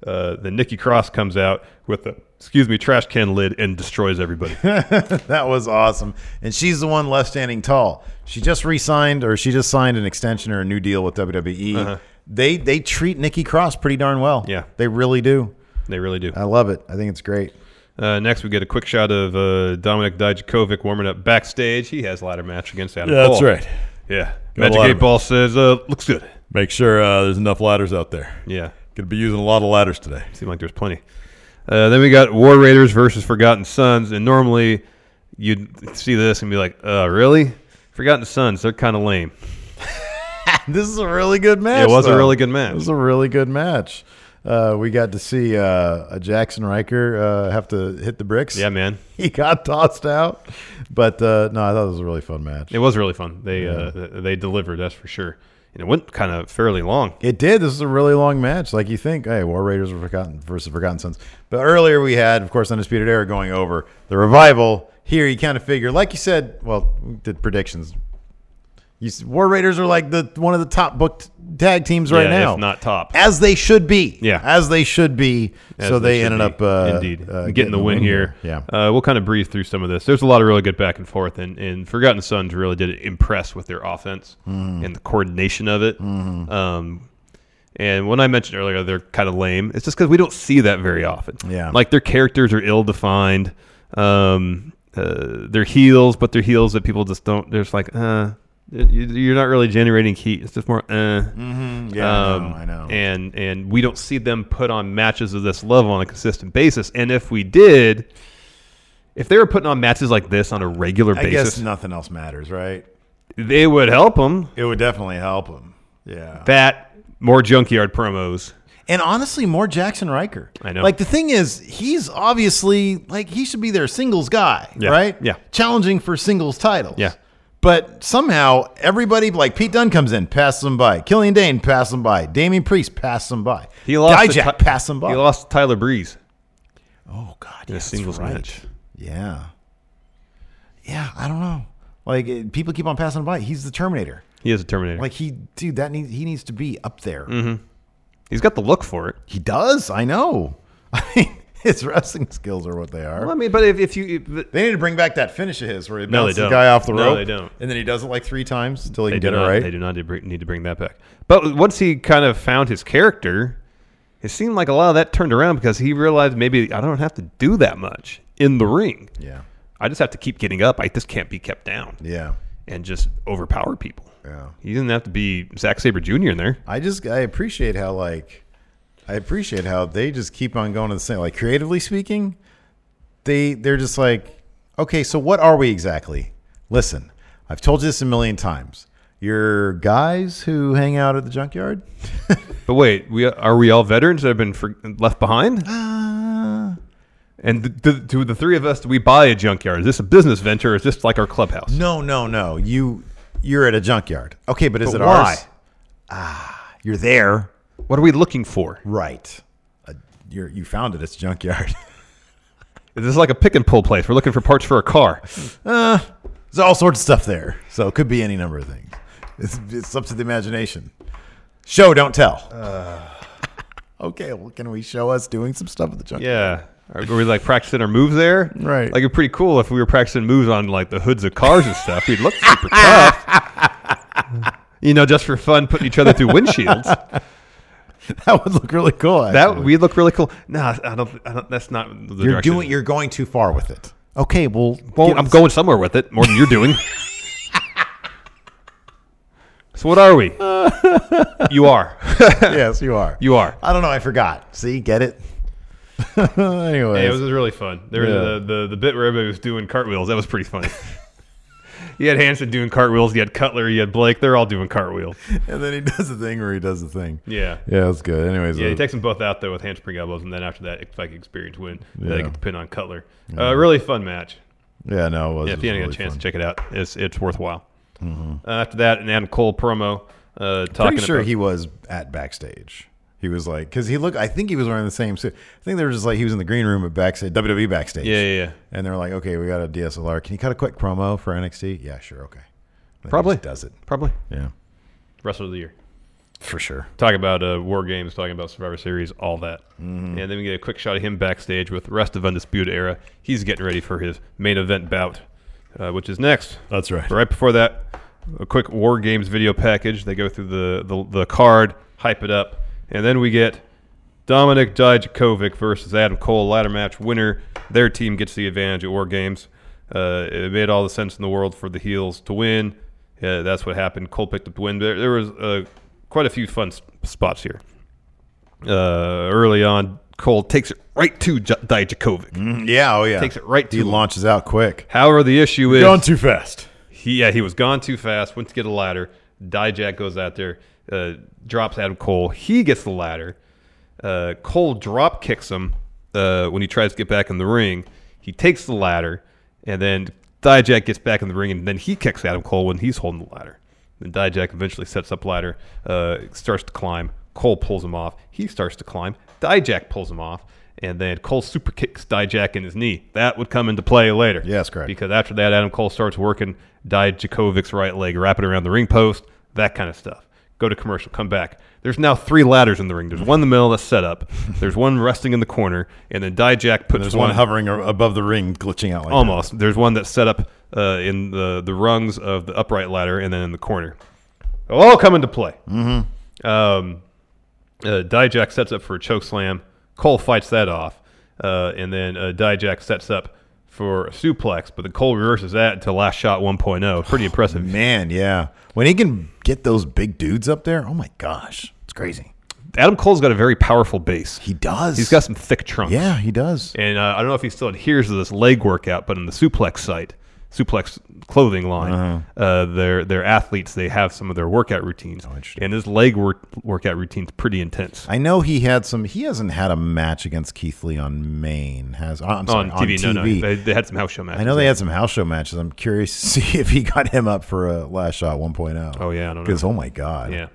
[SPEAKER 5] Uh, then Nikki Cross comes out with a excuse me trash can lid and destroys everybody.
[SPEAKER 4] that was awesome. And she's the one left standing tall. She just re-signed, or she just signed an extension or a new deal with WWE.
[SPEAKER 5] Uh-huh.
[SPEAKER 4] They they treat Nikki Cross pretty darn well.
[SPEAKER 5] Yeah.
[SPEAKER 4] they really do.
[SPEAKER 5] they really do.
[SPEAKER 4] I love it. I think it's great.
[SPEAKER 5] Uh, next, we get a quick shot of uh, Dominic Dijakovic warming up backstage. He has ladder match against Adam.
[SPEAKER 8] Yeah, that's
[SPEAKER 5] Cole.
[SPEAKER 8] right.
[SPEAKER 5] Yeah,
[SPEAKER 8] Got a
[SPEAKER 5] Magic
[SPEAKER 8] ladder
[SPEAKER 5] Eight Ball says uh, looks good.
[SPEAKER 8] Make sure uh, there's enough ladders out there.
[SPEAKER 5] Yeah.
[SPEAKER 8] Going to be using a lot of ladders today.
[SPEAKER 5] Seemed like there's plenty. Uh, then we got War Raiders versus Forgotten Sons, and normally you'd see this and be like, "Uh, really? Forgotten Sons? They're kind of lame."
[SPEAKER 4] this is a really good match.
[SPEAKER 5] It was a
[SPEAKER 4] though.
[SPEAKER 5] really good match.
[SPEAKER 4] It was a really good match. Uh, we got to see uh, a Jackson Riker uh, have to hit the bricks.
[SPEAKER 5] Yeah, man.
[SPEAKER 4] He got tossed out, but uh, no, I thought it was a really fun match.
[SPEAKER 5] It was really fun. They uh, th- they delivered, that's for sure. And it went kind of fairly long.
[SPEAKER 4] It did. This is a really long match. Like you think, hey, War Raiders were forgotten versus Forgotten Sons. But earlier we had, of course, Undisputed Era going over the revival. Here you kind of figure, like you said, well, we did predictions. You, s- War Raiders are like the one of the top booked tag teams right
[SPEAKER 5] Yeah,
[SPEAKER 4] now,
[SPEAKER 5] if not top.
[SPEAKER 4] as they should be.
[SPEAKER 5] Yeah.
[SPEAKER 4] as they should be.
[SPEAKER 5] As
[SPEAKER 4] so they,
[SPEAKER 5] should
[SPEAKER 4] ended
[SPEAKER 5] be,
[SPEAKER 4] up uh,
[SPEAKER 5] indeed
[SPEAKER 4] uh,
[SPEAKER 5] getting, the win here.
[SPEAKER 4] Yeah,
[SPEAKER 5] uh, we'll kind of breeze through some of this. There's a lot of really good back and forth, and, and Forgotten Sons really did impress with their offense
[SPEAKER 4] Mhm.
[SPEAKER 5] and the coordination of it.
[SPEAKER 4] Mm-hmm.
[SPEAKER 5] Um, and when I mentioned earlier, they're kind of lame. It's just because we don't see that very often.
[SPEAKER 4] Yeah.
[SPEAKER 5] like their characters are ill defined. Um, uh, they're heels, but they're heels that people just don't. They're just like, uh, you- you're not really generating heat. It's just more, uh.
[SPEAKER 4] Mhm. Yeah, I know, I know.
[SPEAKER 5] Um, And and we don't see them put on matches of this level on a consistent basis. And if we did, if they were putting on matches like this on a regular
[SPEAKER 4] I guess
[SPEAKER 5] basis,
[SPEAKER 4] nothing else matters, right?
[SPEAKER 5] they would help them.
[SPEAKER 4] It would definitely help them. Yeah.
[SPEAKER 5] That more junkyard promos.
[SPEAKER 4] And honestly, more Jackson Riker.
[SPEAKER 5] I know.
[SPEAKER 4] Like the thing is, he's obviously like he should be their singles guy,
[SPEAKER 5] Yeah,
[SPEAKER 4] right?
[SPEAKER 5] yeah.
[SPEAKER 4] Challenging for singles titles.
[SPEAKER 5] Yeah.
[SPEAKER 4] But somehow everybody like Pete Dunne comes in, passes him by. Killian Dane passes him by. Damien Priest passes him by.
[SPEAKER 5] He lost to
[SPEAKER 4] Dijak
[SPEAKER 5] Ty-
[SPEAKER 4] passes him by.
[SPEAKER 5] He lost to Tyler Breeze
[SPEAKER 4] Oh God,
[SPEAKER 5] in a
[SPEAKER 4] that's
[SPEAKER 5] singles
[SPEAKER 4] right.
[SPEAKER 5] match.
[SPEAKER 4] Yeah. Yeah, I don't know. Like it, people keep on passing him by. He's the Terminator.
[SPEAKER 5] He is a Terminator.
[SPEAKER 4] Like he, dude, that needs he needs to be up there.
[SPEAKER 5] Mhm. He's got the look for it.
[SPEAKER 4] He does. I know. I mean, his wrestling skills are what they are.
[SPEAKER 5] Well, I mean, but if, if you if,
[SPEAKER 4] they need to bring back that finish of his where he
[SPEAKER 5] No, they
[SPEAKER 4] bounces the
[SPEAKER 5] don't.
[SPEAKER 4] guy off the
[SPEAKER 5] No,
[SPEAKER 4] rope.
[SPEAKER 5] they don't.
[SPEAKER 4] And then he does it like three times until he
[SPEAKER 5] They
[SPEAKER 4] can
[SPEAKER 5] do
[SPEAKER 4] get
[SPEAKER 5] not-
[SPEAKER 4] it right.
[SPEAKER 5] They do not need to bring- need to bring that back. But once he kind of found his character, it seemed like a lot of that turned around because he realized maybe I don't have to do that much in the ring.
[SPEAKER 4] Yeah.
[SPEAKER 5] I just have to keep getting up. I just can't be kept down.
[SPEAKER 4] Yeah.
[SPEAKER 5] And just overpower people.
[SPEAKER 4] Yeah.
[SPEAKER 5] He doesn't have to be Zack Saber Jr. in there.
[SPEAKER 4] I just I appreciate how like I appreciate how they just keep on going to the same. Like creatively speaking, they they're just like, okay, so what are we exactly? Listen, I've told you this a million times. You're guys who hang out at the junkyard.
[SPEAKER 5] But wait, we are we all veterans that have been for, left behind?
[SPEAKER 4] uh,
[SPEAKER 5] and th- th- to the three of us, do we buy a junkyard? Is this a business venture? Or is this like our clubhouse?
[SPEAKER 4] No, no, no. You you're at a junkyard. Okay, but is
[SPEAKER 5] But
[SPEAKER 4] it
[SPEAKER 5] why?
[SPEAKER 4] ours? Ah, you're there.
[SPEAKER 5] What are we looking for?
[SPEAKER 4] Right. Uh, you're, you found it. It's a junkyard.
[SPEAKER 5] Is this like a pick and pull place? We're looking for parts for a car.
[SPEAKER 4] Uh, there's all sorts of stuff there. So it could be any number of things. It's, it's up to the imagination. Show, don't tell. okay, well, can we show us doing some stuff at the junkyard?
[SPEAKER 5] Yeah. Are we like practicing our moves there?
[SPEAKER 4] Right.
[SPEAKER 5] Like it'd be pretty cool if we were practicing moves on like the hoods of cars and stuff. We'd look super tough. you know, just for fun, putting each other through windshields.
[SPEAKER 4] That would look really cool.
[SPEAKER 5] That
[SPEAKER 4] actually.
[SPEAKER 5] we look really cool. Nah, I don't. I don't that's not the
[SPEAKER 4] you're
[SPEAKER 5] direction.
[SPEAKER 4] doing. You're going too far with it. Okay, well,
[SPEAKER 5] Well,
[SPEAKER 4] give
[SPEAKER 5] I'm
[SPEAKER 4] us-
[SPEAKER 5] going somewhere with it more than you're doing. so what are we? you are.
[SPEAKER 4] yes, you are.
[SPEAKER 5] You are.
[SPEAKER 4] I don't know. I forgot. See, get it.
[SPEAKER 5] Yeah,
[SPEAKER 4] anyway,
[SPEAKER 5] it was, it was really fun. There was
[SPEAKER 4] Yeah.
[SPEAKER 5] the, the the bit where everybody was doing cartwheels. That was pretty funny. you had Hanson doing cartwheels. You had Cutler. You had Blake. They're all doing cartwheels.
[SPEAKER 4] and then he does the thing where he does the thing.
[SPEAKER 5] Yeah.
[SPEAKER 4] yeah, that's good. Anyways,
[SPEAKER 5] Yeah, he
[SPEAKER 4] uh,
[SPEAKER 5] takes them both out though with handspring elbows, and then after that, Viking experience win. They
[SPEAKER 4] Yeah.
[SPEAKER 5] get the pin on Cutler.
[SPEAKER 4] Yeah.
[SPEAKER 5] Uh, really fun match.
[SPEAKER 4] yeah, no, it was.
[SPEAKER 5] Yeah, if
[SPEAKER 4] it
[SPEAKER 5] you haven't got
[SPEAKER 4] was really
[SPEAKER 5] a chance
[SPEAKER 4] fun.
[SPEAKER 5] to check it out, it's it's worthwhile.
[SPEAKER 4] Mhm.
[SPEAKER 5] Uh, after that, an Adam Cole promo uh, talking.
[SPEAKER 4] Pretty sure
[SPEAKER 5] about,
[SPEAKER 4] he was at backstage. He was like, because he looked. I think he was wearing the same suit. I think they were just like he was in the green room at backstage, WWE backstage.
[SPEAKER 5] Yeah, yeah, yeah.
[SPEAKER 4] And they were like, okay, we got a DSLR. Can you cut a quick promo for NXT? Yeah, sure, okay. And he
[SPEAKER 5] Probably.
[SPEAKER 4] just does it.
[SPEAKER 5] Probably.
[SPEAKER 4] Yeah,
[SPEAKER 5] wrestler of the year.
[SPEAKER 4] for sure.
[SPEAKER 5] Talking about uh, War Games, talking about Survivor Series, all that.
[SPEAKER 4] Mm-hmm.
[SPEAKER 5] And then we get a quick shot of him backstage with the rest of Undisputed Era. He's getting ready for his main event bout, uh, which is next.
[SPEAKER 4] That's right.
[SPEAKER 5] But right before that, a quick War Games video package. They go through the, the, the card, hype it up. And then we get Dominic Dijakovic versus Adam Cole, ladder match winner. Their team gets the advantage at War Games. Uh, it made all the sense in the world for the heels to win. Yeah, that's what happened. Cole picked up the win. There, there was uh, quite a few fun s- spots here. Uh, early on, Cole takes it right to J- Dijakovic.
[SPEAKER 4] Yeah, oh yeah.
[SPEAKER 5] Mm-hmm. Takes it right to
[SPEAKER 4] He
[SPEAKER 5] him.
[SPEAKER 4] launches out quick.
[SPEAKER 5] However, the issue is
[SPEAKER 4] Gone too fast.
[SPEAKER 5] He, yeah, he was gone too fast. Went to get a ladder. Dijak goes out there, uh, drops Adam Cole. He gets the ladder. Uh, Cole drop kicks him uh, when he tries to get back in the ring. He takes the ladder, and then Dijak gets back in the ring, and then he kicks Adam Cole when he's holding the ladder. Then Dijak eventually sets up ladder, uh, starts to climb. Cole pulls him off. He starts to climb. Dijak pulls him off. and then Cole super kicks Dijak in his knee. That would come into play later.
[SPEAKER 4] Yes, correct.
[SPEAKER 5] Because after that, Adam Cole starts working Dijakovic's right leg, wrap it around the ring post, that kind of stuff. Go to commercial, come back. There's now three ladders in the ring. There's one in the middle that's set up. There's one resting in the corner, and then Dijak puts
[SPEAKER 8] there's one hovering a- above the ring, glitching out like that.
[SPEAKER 5] almost. There's one that's set up uh, in the the rungs of the upright ladder, and then in the corner. All come into play. Mm-hmm. Um, uh, Dijak sets up for a choke slam. Cole fights that off, uh, and then uh, Dijak sets up for a suplex, but the Cole reverses that into last shot 1.0. Pretty impressive.
[SPEAKER 4] Man, yeah. When he can get those big dudes up there, oh my gosh, it's crazy.
[SPEAKER 5] Adam Cole's got a very powerful base. He
[SPEAKER 4] does.
[SPEAKER 5] He's got some thick trunks.
[SPEAKER 4] Yeah, he does.
[SPEAKER 5] And uh, I don't know if he still adheres to this leg workout, but in the suplex site, suplex clothing line,
[SPEAKER 4] Uh-huh.
[SPEAKER 5] uh their their athletes they have some of their workout routines.
[SPEAKER 4] Oh,
[SPEAKER 5] and his leg work, workout routine's pretty intense.
[SPEAKER 4] I know he had some. He hasn't had a match against Keith Lee on Maine. Has oh, I'm sorry,
[SPEAKER 5] on TV, no, no, they, they had some house show matches.
[SPEAKER 4] I know they had some house show matches. I'm curious to see if he got him up for a last shot 1.0.
[SPEAKER 5] Oh yeah, I don't know.
[SPEAKER 4] Because oh my god,
[SPEAKER 5] Yeah.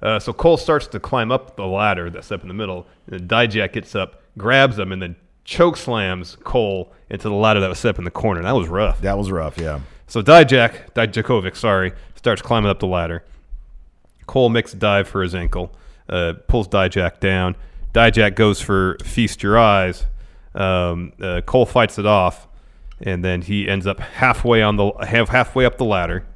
[SPEAKER 5] Uh, so Cole starts to climb up the ladder that's up in the middle, and Dijak gets up, grabs him, and then choke slams Cole into the ladder that was set up in the corner. That was rough.
[SPEAKER 4] That was rough. Yeah.
[SPEAKER 5] So Dijak, Dijakovic, sorry, starts climbing up the ladder. Cole makes a dive for his ankle, uh, pulls Dijak down. Dijak goes for Feast Your Eyes. Um, uh, Cole fights it off, and then he ends up halfway on the half, halfway up the ladder.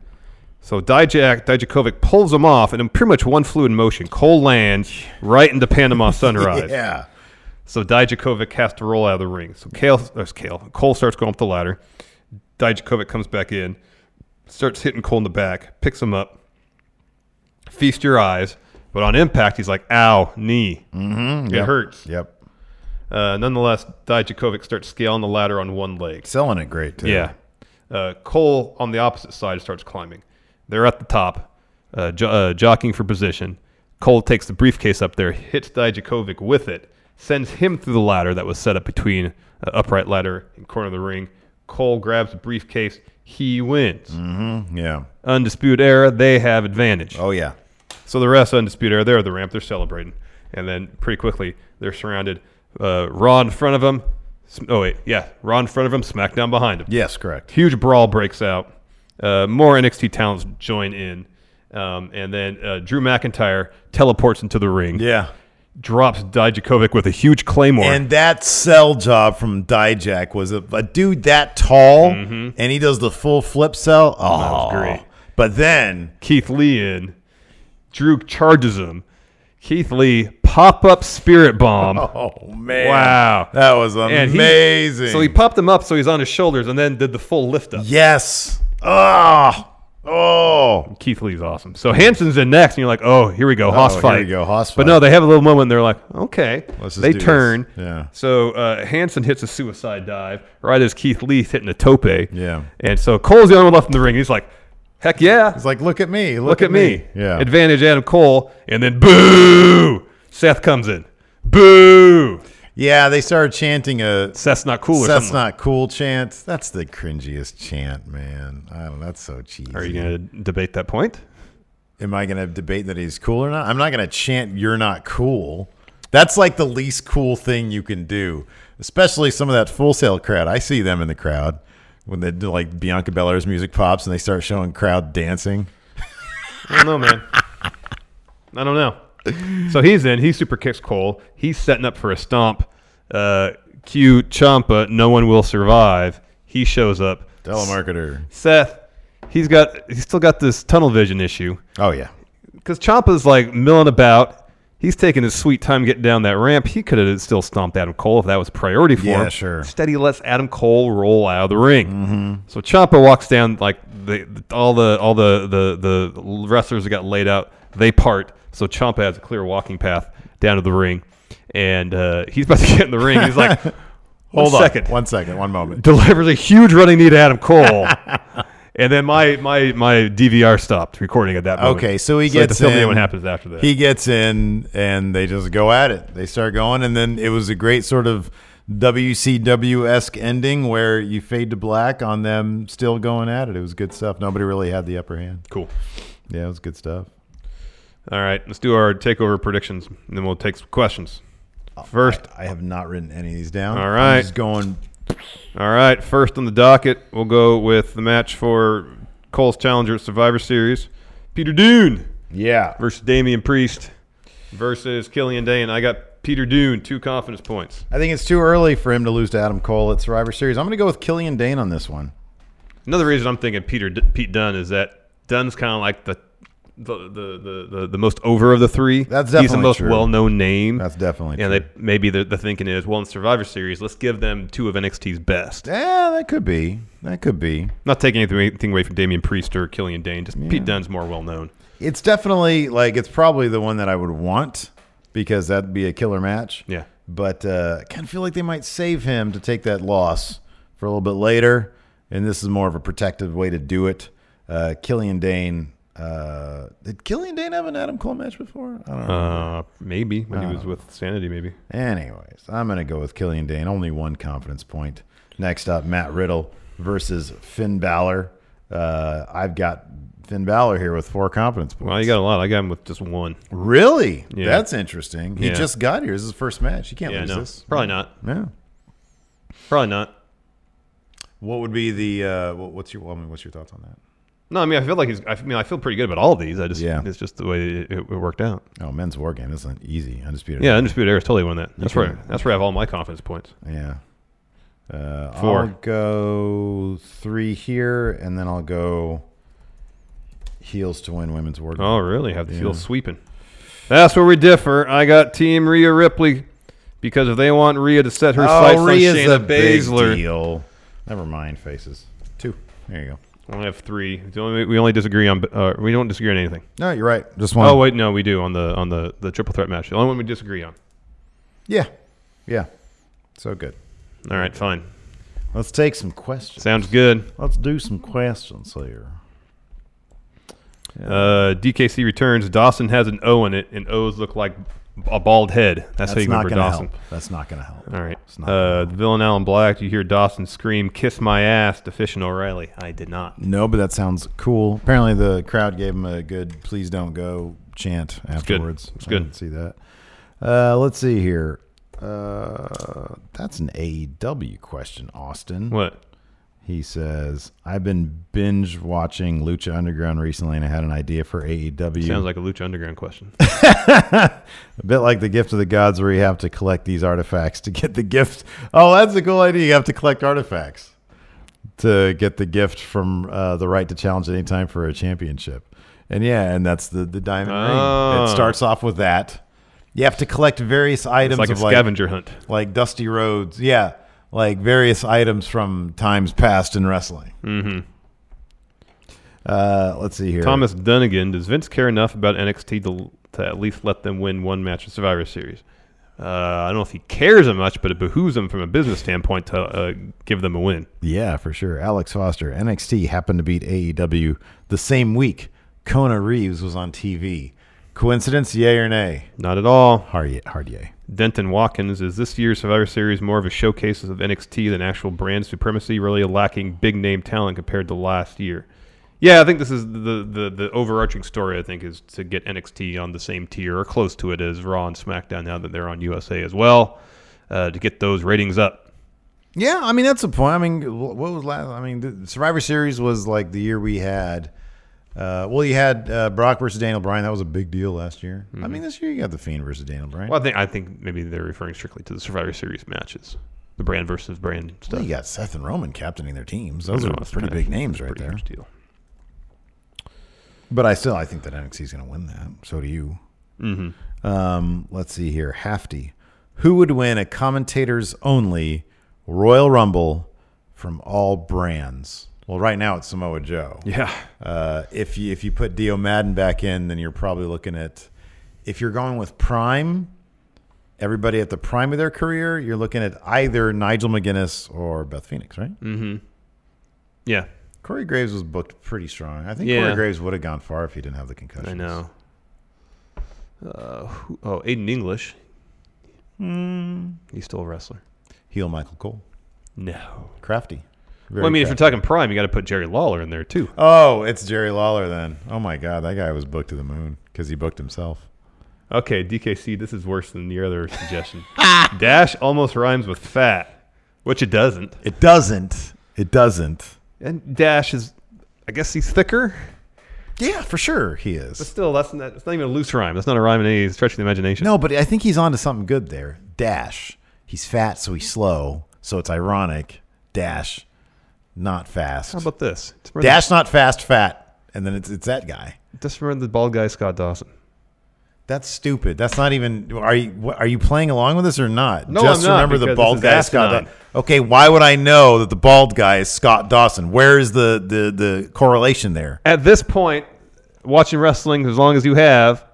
[SPEAKER 5] So Dijak Dijakovic pulls him off, and in pretty much one fluid motion, Cole lands right into Panama Sunrise.
[SPEAKER 4] yeah.
[SPEAKER 5] So Dijakovic has to roll out of the ring. So Kale, or Kale, Cole starts going up the ladder. Dijakovic comes back in, starts hitting Cole in the back, picks him up. Feast your eyes, but on impact, he's like, "Ow, knee,
[SPEAKER 4] mm-hmm,
[SPEAKER 5] it
[SPEAKER 4] yep,
[SPEAKER 5] hurts."
[SPEAKER 4] Yep.
[SPEAKER 5] Uh, nonetheless, Dijakovic starts scaling the ladder on one leg.
[SPEAKER 4] Selling it great too.
[SPEAKER 5] Yeah. Uh, Cole on the opposite side starts climbing. They're at the top, uh, jo- uh, jockeying for position. Cole takes the briefcase up there, hits Dijakovic with it, sends him through the ladder that was set up between uh, upright ladder and corner of the ring. Cole grabs the briefcase. He wins.
[SPEAKER 4] Mm-hmm, yeah.
[SPEAKER 5] Undisputed Era, they have advantage.
[SPEAKER 4] Oh yeah.
[SPEAKER 5] So the rest of Undisputed Era, they're at the ramp, they're celebrating. And then pretty quickly, they're surrounded. Uh, Raw in front of them. Sm- Oh, wait, yeah. Raw in front of them, SmackDown behind them.
[SPEAKER 4] Yes, correct.
[SPEAKER 5] Huge brawl breaks out. Uh, more NXT talents join in. Um, and then uh, Drew McIntyre teleports into the ring.
[SPEAKER 4] Yeah.
[SPEAKER 5] Drops Dijakovic with a huge claymore.
[SPEAKER 4] And that sell job from Dijak was a, a dude that tall, and he does the full flip sell. Oh,
[SPEAKER 5] Mm-hmm. was great.
[SPEAKER 4] But then
[SPEAKER 5] Keith Lee in. Drew charges him. Keith Lee pop up spirit bomb.
[SPEAKER 4] Oh man!
[SPEAKER 5] Wow,
[SPEAKER 4] that was
[SPEAKER 5] And he-
[SPEAKER 4] amazing.
[SPEAKER 5] so he popped him up, so he's on his shoulders, and then did the full lift up.
[SPEAKER 4] yes. Oh, oh,
[SPEAKER 5] Keith Lee's awesome. So Hanson's in next, and you're like, oh, here we go, Haas
[SPEAKER 4] Oh, here
[SPEAKER 5] fight.
[SPEAKER 4] we go, Haas
[SPEAKER 5] But
[SPEAKER 4] fight.
[SPEAKER 5] no, they have a little moment. And they're like, okay,
[SPEAKER 4] Let's just
[SPEAKER 5] they
[SPEAKER 4] do this.
[SPEAKER 5] turn.
[SPEAKER 4] Yeah.
[SPEAKER 5] So uh, Hanson hits a suicide dive right as Keith Lee's hitting a tope.
[SPEAKER 4] Yeah.
[SPEAKER 5] And so Cole's the only one left in the ring. He's like, heck yeah,
[SPEAKER 4] It's like look at me. Look,
[SPEAKER 5] look at me.
[SPEAKER 4] Yeah.
[SPEAKER 5] Advantage Adam Cole, and then boo. Seth comes in. Boo.
[SPEAKER 4] yeah. They started chanting a
[SPEAKER 5] Seth's not cool. Or
[SPEAKER 4] That's
[SPEAKER 5] something.
[SPEAKER 4] not cool chant. That's the cringiest chant, man. I don't. That's so cheesy.
[SPEAKER 5] Are you gonna debate that point?
[SPEAKER 4] Am I going to debate that he's cool or not? I'm not going to chant "You're not cool." That's like the least cool thing you can do. Especially some of that full sale crowd. I see them in the crowd when they do like Bianca Belair's music pops and they start showing crowd dancing.
[SPEAKER 5] I don't know, man. I don't know. So he's in. He super kicks Cole. He's setting up for a stomp. Uh, cue Champa. No one will survive. He shows up.
[SPEAKER 4] Telemarketer.
[SPEAKER 5] Seth. He's got. He's still got this tunnel vision issue
[SPEAKER 4] Oh yeah.
[SPEAKER 5] because Champa's like milling about. He's taking his sweet time getting down that ramp. He could have still stomped Adam Cole if that was a priority for
[SPEAKER 4] Yeah,
[SPEAKER 5] him.
[SPEAKER 4] sure. Mm-hmm.
[SPEAKER 5] Instead, he lets Adam Cole roll out of the ring. So Champa walks down like the, the- all the all the, the the wrestlers that got laid out. They part. So Champa has a clear walking path down to the ring, and uh, he's about to get in the ring. He's like,
[SPEAKER 4] Hold
[SPEAKER 5] "One
[SPEAKER 4] on.
[SPEAKER 5] second."
[SPEAKER 4] One second. One moment.
[SPEAKER 5] delivers a huge running knee to Adam Cole. And then my, my, my DVR stopped recording at that moment.
[SPEAKER 4] Okay, so he
[SPEAKER 5] I had to
[SPEAKER 4] gets
[SPEAKER 5] film
[SPEAKER 4] in.
[SPEAKER 5] What happens after that?
[SPEAKER 4] He gets in, and they just go at it. They start going, and then it was a great sort of WCW esque ending where you fade to black on them still going at it. It was good stuff. Nobody really had the upper hand.
[SPEAKER 5] cool.
[SPEAKER 4] Yeah, it was good stuff.
[SPEAKER 5] All right, let's do our takeover predictions, and then we'll take some questions. First,
[SPEAKER 4] I have not written any of these down.
[SPEAKER 5] All right.
[SPEAKER 4] I'm just going.
[SPEAKER 5] All right. First on the docket, we'll go with the match for Cole's challenger at Survivor Series, Peter Dune.
[SPEAKER 4] Yeah.
[SPEAKER 5] Versus Damian Priest versus Killian Dane. I got Peter Dune, two confidence points.
[SPEAKER 4] I think it's too early for him to lose to Adam Cole at Survivor Series. I'm going to go with Killian Dane on this one.
[SPEAKER 5] Another reason I'm thinking Peter Pete Dunn is that Dunn's kind of like the the, the, the, the, the most over of the three.
[SPEAKER 4] That's
[SPEAKER 5] He's the
[SPEAKER 4] definitely
[SPEAKER 5] most
[SPEAKER 4] true.
[SPEAKER 5] well known name. That's
[SPEAKER 4] definitely
[SPEAKER 5] And they maybe the, the thinking is, well, in Survivor Series, let's give them two of NXT's best.
[SPEAKER 4] Yeah, that could be. That could be.
[SPEAKER 5] Not taking anything, anything away from Damian Priest or Killian Dane, just Pete Dunn's more well known.
[SPEAKER 4] It's definitely like it's probably the one that I would want because that'd be a killer match.
[SPEAKER 5] Yeah.
[SPEAKER 4] But uh, I kind of feel like they might save him to take that loss for a little bit later, and this is more of a protective way to do it. Uh, Killian Dane. Uh, did Killian Dane have an Adam Cole match before? I don't know.
[SPEAKER 5] Uh, maybe when
[SPEAKER 4] I
[SPEAKER 5] he was with Sanity, maybe.
[SPEAKER 4] Anyways, I'm going to go with Killian Dane. Only one confidence point. Next up, Matt Riddle versus Finn Balor. Uh, I've got Finn Balor here with four confidence points.
[SPEAKER 5] Well, you got a lot. I got him with just one.
[SPEAKER 4] Really?
[SPEAKER 5] Yeah.
[SPEAKER 4] That's interesting. He
[SPEAKER 5] Yeah.
[SPEAKER 4] just got here. This is his first match. He can't
[SPEAKER 5] Yeah,
[SPEAKER 4] lose
[SPEAKER 5] no.
[SPEAKER 4] this.
[SPEAKER 5] Probably not.
[SPEAKER 4] Yeah.
[SPEAKER 5] Probably not.
[SPEAKER 4] What would be the uh, what- what's your well, I mean, what's your thoughts on that?
[SPEAKER 5] No, I mean I feel like he's. I mean I feel pretty good about all these. I just
[SPEAKER 4] Yeah.
[SPEAKER 5] it's just the way it, it worked out.
[SPEAKER 4] Oh, men's war game. This isn't easy. Undisputed.
[SPEAKER 5] Yeah, Undisputed Era's totally won that. That's
[SPEAKER 4] can-
[SPEAKER 5] where that's where I have all my confidence points.
[SPEAKER 4] Yeah. Uh,
[SPEAKER 5] Four.
[SPEAKER 4] I'll go three here, and then I'll go heels to win women's war. Game.
[SPEAKER 5] Oh, really? Have the
[SPEAKER 4] Yeah.
[SPEAKER 5] heel sweeping. That's where we differ. I got Team Rhea Ripley because if they want Rhea to set her sights
[SPEAKER 4] oh, Rhea's
[SPEAKER 5] on
[SPEAKER 4] a
[SPEAKER 5] Shayna
[SPEAKER 4] big
[SPEAKER 5] Baszler,
[SPEAKER 4] deal. Never mind faces. Two. There you go.
[SPEAKER 5] I only have three. The only- we only disagree on. Uh, we don't disagree on anything.
[SPEAKER 4] No, you're right. Just one.
[SPEAKER 5] Oh wait, no, we do on the on the the triple threat match. The only one we disagree on.
[SPEAKER 4] Yeah. Yeah. So good.
[SPEAKER 5] All right, fine.
[SPEAKER 4] Let's take some questions.
[SPEAKER 5] Sounds good.
[SPEAKER 4] Let's do some questions here.
[SPEAKER 5] Uh, DKC returns. Dawson has an O in it, and O's look like a bald head. That's, how you
[SPEAKER 4] not
[SPEAKER 5] remember
[SPEAKER 4] gonna
[SPEAKER 5] Dawson.
[SPEAKER 4] help. That's not going to help.
[SPEAKER 5] All right. Uh, the villain Alan Black. You hear Dawson scream, "Kiss my ass" to Fish and O'Reilly. I did not.
[SPEAKER 4] No, but that sounds cool. Apparently, the crowd gave him a good "Please don't go" chant
[SPEAKER 5] good.
[SPEAKER 4] afterwards.
[SPEAKER 5] It's
[SPEAKER 4] I
[SPEAKER 5] good.
[SPEAKER 4] didn't see that. Uh, let's see here. Uh, that's an AEW question, Austin.
[SPEAKER 5] What?
[SPEAKER 4] He says, "I've been binge watching Lucha Underground recently, and I had an idea for E AEW.
[SPEAKER 5] Sounds like a Lucha Underground question.
[SPEAKER 4] a bit like the gift of the gods, where you have to collect these artifacts to get the gift. Oh, that's a cool idea. You have to collect artifacts to get the gift from uh, the right to challenge at any time for a championship. And yeah, and that's the the diamond ring.
[SPEAKER 5] Oh.
[SPEAKER 4] It starts off with that. You have to collect various items
[SPEAKER 5] like a
[SPEAKER 4] of
[SPEAKER 5] scavenger hunt.
[SPEAKER 4] like Dusty Rhodes. Yeah, like various items from times past in wrestling.
[SPEAKER 5] Mm-hmm.
[SPEAKER 4] Uh, let's see here.
[SPEAKER 5] Thomas Dunnigan. Does Vince care enough about NXT to, to at least let them win one match at Survivor Series? Uh, I don't know if he cares that much, but it behooves him from a business standpoint to uh, give them a win.
[SPEAKER 4] Yeah, for sure. Alex Foster, NXT happened to beat AEW the same week. Kona Reeves was on TV. Coincidence, yay or nay?
[SPEAKER 5] Not at all.
[SPEAKER 4] Hard, ye- hard yay.
[SPEAKER 5] Denton Watkins, is this year's Survivor Series more of a showcase of NXT than actual brand supremacy, really lacking big name talent compared to last year? Yeah, I think this is the, the, the overarching story, I think, is to get NXT on the same tier or close to it as Raw and SmackDown now that they're on USA as well, uh, to get those ratings up.
[SPEAKER 4] Yeah, I mean that's the point. I mean, wh- what was last? I mean, the Survivor Series was like the year we had. Uh, well, you had uh, Brock versus Daniel Bryan. That was a big deal last year. I mean, this year you got the Fiend versus Daniel Bryan.
[SPEAKER 5] Well, I think, I think maybe they're referring strictly to the Survivor Series matches, the brand versus brand stuff.
[SPEAKER 4] Well, you got Seth and Roman captaining their teams. Those
[SPEAKER 5] No,
[SPEAKER 4] are
[SPEAKER 5] it's
[SPEAKER 4] pretty
[SPEAKER 5] not-
[SPEAKER 4] big names right
[SPEAKER 5] pretty
[SPEAKER 4] there.
[SPEAKER 5] huge deal.
[SPEAKER 4] But I still, I think that NXT is going to win that. So do you.
[SPEAKER 5] Mhm.
[SPEAKER 4] Um, let's see here. Hafty. Who would win a commentators only Royal Rumble from all brands? Well, right now it's Samoa Joe.
[SPEAKER 5] Yeah.
[SPEAKER 4] Uh, if you if you put Dio Madden back in, then you're probably looking at if you're going with Prime, everybody at the prime of their career, you're looking at either Nigel McGuinness or Beth Phoenix, right?
[SPEAKER 5] Mm-hmm. Yeah.
[SPEAKER 4] Corey Graves was booked pretty strong. I think
[SPEAKER 5] Yeah.
[SPEAKER 4] Corey Graves would have gone far if he didn't have the concussion.
[SPEAKER 5] I know. Uh, who, oh, Aiden English. He's still a wrestler.
[SPEAKER 4] Heel Michael Cole.
[SPEAKER 5] No.
[SPEAKER 4] Crafty. Very
[SPEAKER 5] well, I mean, if
[SPEAKER 4] crafty.
[SPEAKER 5] you're talking prime, you got to put Jerry Lawler in there too.
[SPEAKER 4] Oh, it's Jerry Lawler then. Oh my God, that guy was booked to the moon because he booked himself.
[SPEAKER 5] Okay, DKC, this is worse than your other suggestion. Dash almost rhymes with fat, which it doesn't.
[SPEAKER 4] It doesn't. It doesn't.
[SPEAKER 5] And Dash is, I guess he's thicker.
[SPEAKER 4] Yeah, for sure he is.
[SPEAKER 5] But still, that's not, that's not even a loose rhyme. That's not a rhyme in any stretch of the imagination.
[SPEAKER 4] No, but I think he's onto something good there. Dash. He's fat, so he's slow. So it's ironic. Dash, not fast.
[SPEAKER 5] How about this? It's more
[SPEAKER 4] Dash, not fast, fat. And then it's, it's that guy.
[SPEAKER 5] Just remember the bald guy, Scott Dawson.
[SPEAKER 4] That's stupid. That's not even. Are you what- are you playing along with this or not?
[SPEAKER 5] No,
[SPEAKER 4] Just
[SPEAKER 5] I'm not,
[SPEAKER 4] remember the
[SPEAKER 5] because
[SPEAKER 4] bald
[SPEAKER 5] this
[SPEAKER 4] guy,
[SPEAKER 5] is
[SPEAKER 4] Scott.
[SPEAKER 5] asinine.
[SPEAKER 4] Daw- okay, why would I know that the bald guy is Scott Dawson? Where is the the the correlation there?
[SPEAKER 5] At this point, watching wrestling as long as you have,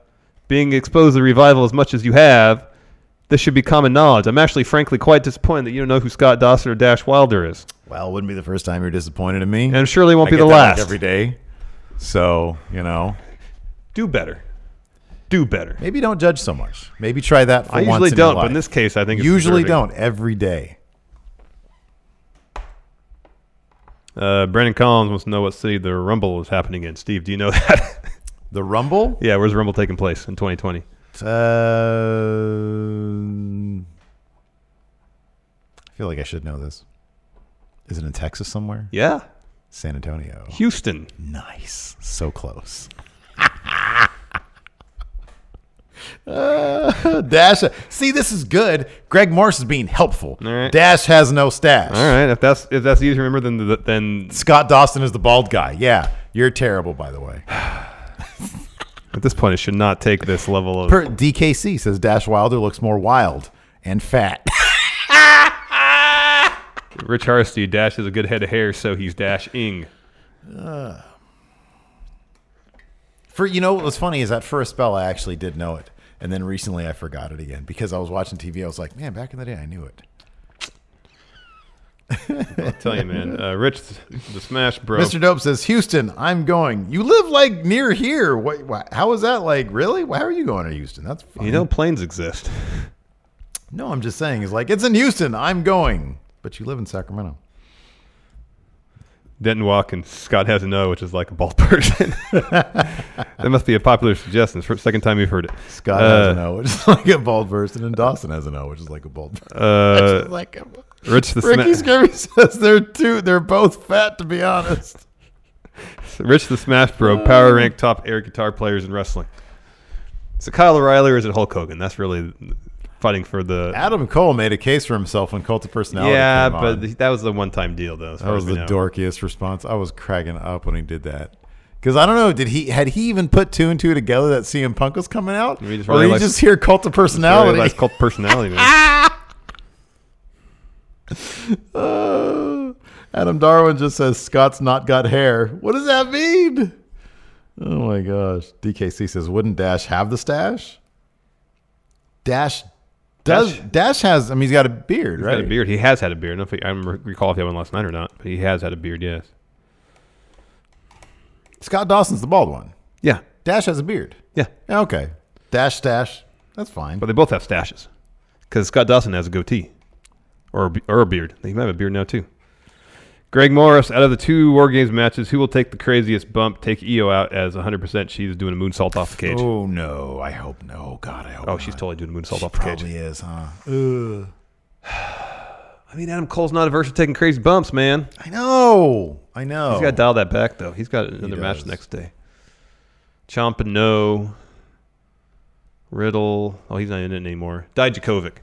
[SPEAKER 5] being exposed to the revival as much as you have, this should be common knowledge. I'm actually, frankly, quite disappointed that you don't know who Scott Dawson or Dash Wilder is.
[SPEAKER 4] Well, it wouldn't be the first time you're disappointed in me,
[SPEAKER 5] and surely won't
[SPEAKER 4] I
[SPEAKER 5] be
[SPEAKER 4] get
[SPEAKER 5] the
[SPEAKER 4] that, like,
[SPEAKER 5] last.
[SPEAKER 4] every day. So you know,
[SPEAKER 5] do better. Do better.
[SPEAKER 4] Maybe don't judge so much. Maybe try that. For
[SPEAKER 5] I
[SPEAKER 4] once
[SPEAKER 5] usually
[SPEAKER 4] in your
[SPEAKER 5] don't, but
[SPEAKER 4] life.
[SPEAKER 5] in this case, I think it's
[SPEAKER 4] usually
[SPEAKER 5] deserving.
[SPEAKER 4] don't every day.
[SPEAKER 5] Uh, Brandon Collins wants to know what city the Rumble is happening in. Steve, do you know that?
[SPEAKER 4] the Rumble?
[SPEAKER 5] Yeah, where's the Rumble taking place in 2020?
[SPEAKER 4] Uh, I feel like I should know this. Is it in Texas somewhere?
[SPEAKER 5] Yeah.
[SPEAKER 4] San Antonio.
[SPEAKER 5] Houston.
[SPEAKER 4] Nice. So close. Dash. See, this is good. Greg Morris is being helpful. Dash has no stash.
[SPEAKER 5] All right, if that's if that's easy to remember, then the, then
[SPEAKER 4] Scott Dawson is the bald guy. Yeah. You're terrible, by the way.
[SPEAKER 5] at this point, it should not take this level of.
[SPEAKER 4] Per DKC says Dash Wilder looks more wild and fat.
[SPEAKER 5] Rich Hardesty, Dash is a good head of hair, so he's Dash Ing.
[SPEAKER 4] Uh, for you know what was funny is that for a spell I actually did know it, and then recently I forgot it again because I was watching TV. I was like, man, back in the day I knew it.
[SPEAKER 5] I'll tell you, man. Uh, Rich, the Smash Bro.
[SPEAKER 4] Mr. Dope says, Houston, I'm going. You live like near here. What? why how is that like? Really? Why are you going to Houston? That's fine.
[SPEAKER 5] You know planes exist.
[SPEAKER 4] No, I'm just saying. It's like it's in Houston. I'm going, but you live in Sacramento.
[SPEAKER 5] Denton Walk and Scott has an O, which is like a bald person. that must be a popular suggestion. It's the second time you've heard it.
[SPEAKER 4] Scott
[SPEAKER 5] Uh,
[SPEAKER 4] has an O, which is like a bald person, and Dawson has an O, which is like a bald person.
[SPEAKER 5] Uh,
[SPEAKER 4] Which is like a-
[SPEAKER 5] Rich the
[SPEAKER 4] Ricky
[SPEAKER 5] Sma-
[SPEAKER 4] Scary says they're two. They're both fat, to be honest.
[SPEAKER 5] Rich the Smash
[SPEAKER 4] Oh.
[SPEAKER 5] Bro, power rank top air guitar players in wrestling. So Kyle O'Reilly or is it Hulk Hogan? That's really fighting for the.
[SPEAKER 4] Adam Cole made a case for himself when Cult of Personality.
[SPEAKER 5] yeah,
[SPEAKER 4] came on.
[SPEAKER 5] but th- that was the one time deal, though. as
[SPEAKER 4] that
[SPEAKER 5] far
[SPEAKER 4] was
[SPEAKER 5] as we
[SPEAKER 4] the
[SPEAKER 5] know.
[SPEAKER 4] dorkiest response. I was cracking up when he did that because I don't know. Did he had he even put two and two together that CM Punk was coming out,
[SPEAKER 5] We just
[SPEAKER 4] or did he
[SPEAKER 5] realized-
[SPEAKER 4] just hear Cult of Personality?
[SPEAKER 5] Realized Cult of personality, man.
[SPEAKER 4] Uh, Adam Darwin just says Scott's not got hair. What does that mean? Oh my gosh. DKC says, wouldn't Dash have the stash? Dash does. Dash, has. I mean, he's got a beard,
[SPEAKER 5] He's
[SPEAKER 4] right?
[SPEAKER 5] got a beard. He has had a beard. I don't, know if he, I don't recall if he had one last night or not, but he has had a beard. Yes.
[SPEAKER 4] Scott Dawson's the bald one.
[SPEAKER 5] Yeah.
[SPEAKER 4] Dash has a beard.
[SPEAKER 5] Yeah.
[SPEAKER 4] Okay. Dash stash. That's fine.
[SPEAKER 5] But they both have stashes because Scott Dawson has a goatee or a, be- or a beard. He might have a beard now too. Greg Morris, out of the two War Games matches, who will take the craziest bump? Take EO out as 100%. She's doing a moonsault off the cage. Oh,
[SPEAKER 4] Oh no! I hope no. God, I hope.
[SPEAKER 5] she's totally doing a moonsault off the cage.
[SPEAKER 4] Probably is, huh? Ugh.
[SPEAKER 5] I mean, Adam Cole's not averse to taking crazy bumps, man.
[SPEAKER 4] I know. I know.
[SPEAKER 5] He's got to dial that back, though. He's got another match the next day. Chompano, Riddle. Oh, he's not in it anymore. Dijakovic.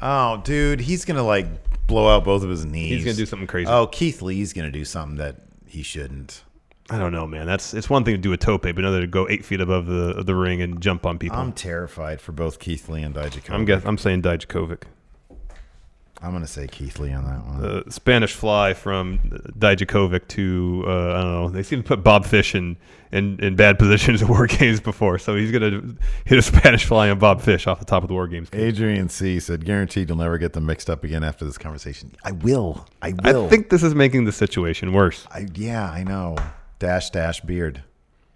[SPEAKER 4] Oh, dude, he's gonna like blow out both of his knees.
[SPEAKER 5] He's gonna do something crazy.
[SPEAKER 4] Oh, Keith Lee's gonna do something that he shouldn't.
[SPEAKER 5] I don't know, man. That's it's one thing to do a tope, but another to go eight feet above the the ring and jump on people.
[SPEAKER 4] I'm terrified for both Keith Lee and Dijakovic.
[SPEAKER 5] I'm guess, I'm saying Dijakovic.
[SPEAKER 4] I'm gonna say Keith Lee on that one.
[SPEAKER 5] The Spanish fly from Dijakovic to uh, I don't know. They seem to put Bob Fish in, in in bad positions at War Games before, so he's gonna hit a Spanish fly on Bob Fish off the top of the War Games.
[SPEAKER 4] Adrian C said, "Guaranteed you'll never get them mixed up again after this conversation." I will. I
[SPEAKER 5] I
[SPEAKER 4] will.
[SPEAKER 5] think this is making the situation worse.
[SPEAKER 4] I, yeah, I know. Dash dash beard.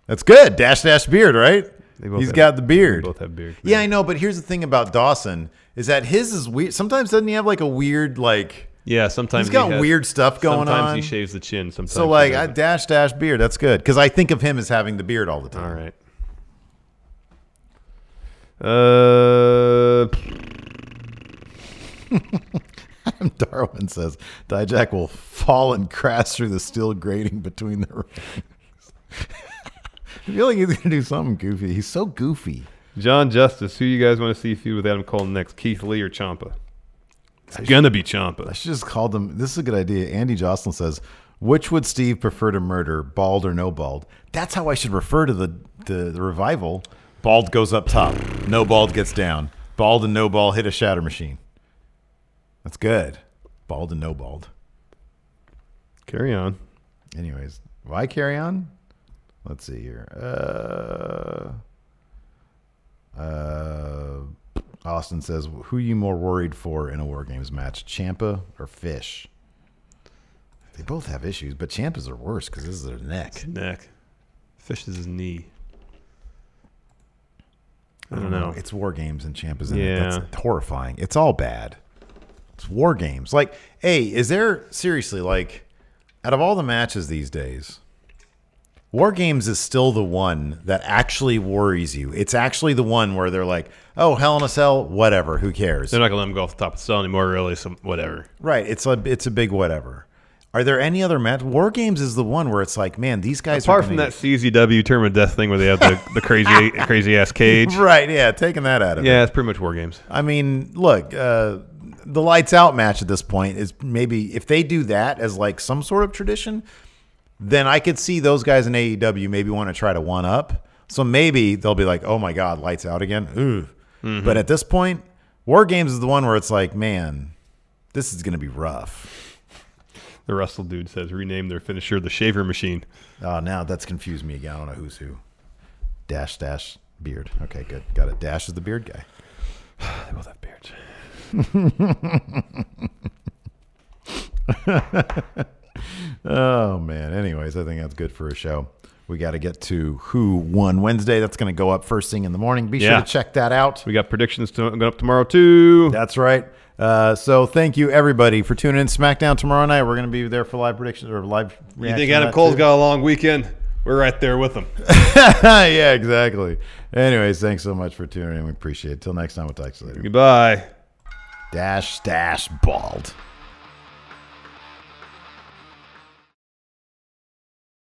[SPEAKER 4] That's good. Dash dash beard, right?
[SPEAKER 5] They both
[SPEAKER 4] He's
[SPEAKER 5] have-
[SPEAKER 4] got the beard.
[SPEAKER 5] they both have beards,
[SPEAKER 4] Yeah, I know. But here's the thing about Dawson is that his is weird. Sometimes doesn't he have like a weird like?
[SPEAKER 5] Yeah, sometimes
[SPEAKER 4] he's
[SPEAKER 5] he
[SPEAKER 4] got
[SPEAKER 5] has-
[SPEAKER 4] weird stuff going
[SPEAKER 5] sometimes
[SPEAKER 4] on.
[SPEAKER 5] he shaves the chin. Sometimes
[SPEAKER 4] So
[SPEAKER 5] he
[SPEAKER 4] like I,
[SPEAKER 5] doesn't.
[SPEAKER 4] dash dash beard. That's good because I think of him as having the beard all the time.
[SPEAKER 5] All right. Uh,
[SPEAKER 4] Darwin says Dijak will fall and crash through the steel grating between the rings. I feel like he's gonna do something goofy. He's so goofy.
[SPEAKER 5] John Justice, who you guys want to see feud with Adam Cole next? Keith Lee or Champa? It's gonna be Champa.
[SPEAKER 4] I should just call them. This is a good idea. Andy Jocelyn says, "Which would Steve prefer to murder, bald or no bald?" That's how I should refer to the the, the revival.
[SPEAKER 8] Bald goes up top. No bald gets down. Bald and no ball hit a shatter machine.
[SPEAKER 4] That's good. Bald and no bald.
[SPEAKER 5] Carry on.
[SPEAKER 4] Anyways, why carry on? Let's see here. Uh, uh, Austin says, "Who you more worried for in a War Games match, Champa or Fish?" They both have issues, but Champa's are worse because this is their neck.
[SPEAKER 5] neck. Fish is his knee.
[SPEAKER 4] I
[SPEAKER 5] don't know.
[SPEAKER 4] Mm, It's War Games and Champa's in it.
[SPEAKER 5] Yeah.
[SPEAKER 4] That's horrifying. It's all bad. It's War Games. Like, hey, is there seriously like out of all the matches these days, War Games is still the one that actually worries you. It's actually the one where they're like, "Oh, Hell in a Cell, whatever, who cares?"
[SPEAKER 5] They're not gonna let him go off the top of the cell anymore, really. So whatever.
[SPEAKER 4] Right. It's a it's a big whatever. Are there any other match? War Games is the one where it's like, man, these guys.
[SPEAKER 5] Apart
[SPEAKER 4] are
[SPEAKER 5] from
[SPEAKER 4] gonna-
[SPEAKER 5] that CZW term of death thing where they have the, the crazy crazy ass cage.
[SPEAKER 4] right? Yeah, taking that out of it.
[SPEAKER 5] Yeah, it's pretty much war games.
[SPEAKER 4] I mean, look, uh, the lights out match at this point is maybe if they do that as like some sort of tradition, then I could see those guys in AEW maybe want to try to one up. So maybe they'll be like, oh my God, lights out again. Ooh.
[SPEAKER 5] Mhm.
[SPEAKER 4] But at this point, War Games is the one where it's like, man, this is going to be rough.
[SPEAKER 5] The Russell dude says rename their finisher the shaver machine.
[SPEAKER 4] Oh, now that's confused me again. I don't know who's who. Dash, dash, beard. Okay, good. Got it. Dash is the beard guy.
[SPEAKER 5] They both have beards.
[SPEAKER 4] oh man. Anyways, I think that's good for a show. We got to get to who won Wednesday. That's going to go up first thing in the morning. Be sure
[SPEAKER 5] Yeah.
[SPEAKER 4] to check that out.
[SPEAKER 5] We got predictions to, going up tomorrow too.
[SPEAKER 4] That's right. Uh, so thank you everybody for tuning in. SmackDown tomorrow night. We're going to be there for live predictions or live.
[SPEAKER 5] You
[SPEAKER 4] reaction
[SPEAKER 5] think
[SPEAKER 4] to
[SPEAKER 5] Adam
[SPEAKER 4] that,
[SPEAKER 5] Cole's
[SPEAKER 4] too.
[SPEAKER 5] got a long weekend? We're right there with him.
[SPEAKER 4] yeah, exactly. Anyways, thanks so much for tuning in. We appreciate it. Till next time, we'll talk to you later.
[SPEAKER 5] Goodbye.
[SPEAKER 4] Dash, dash, bald.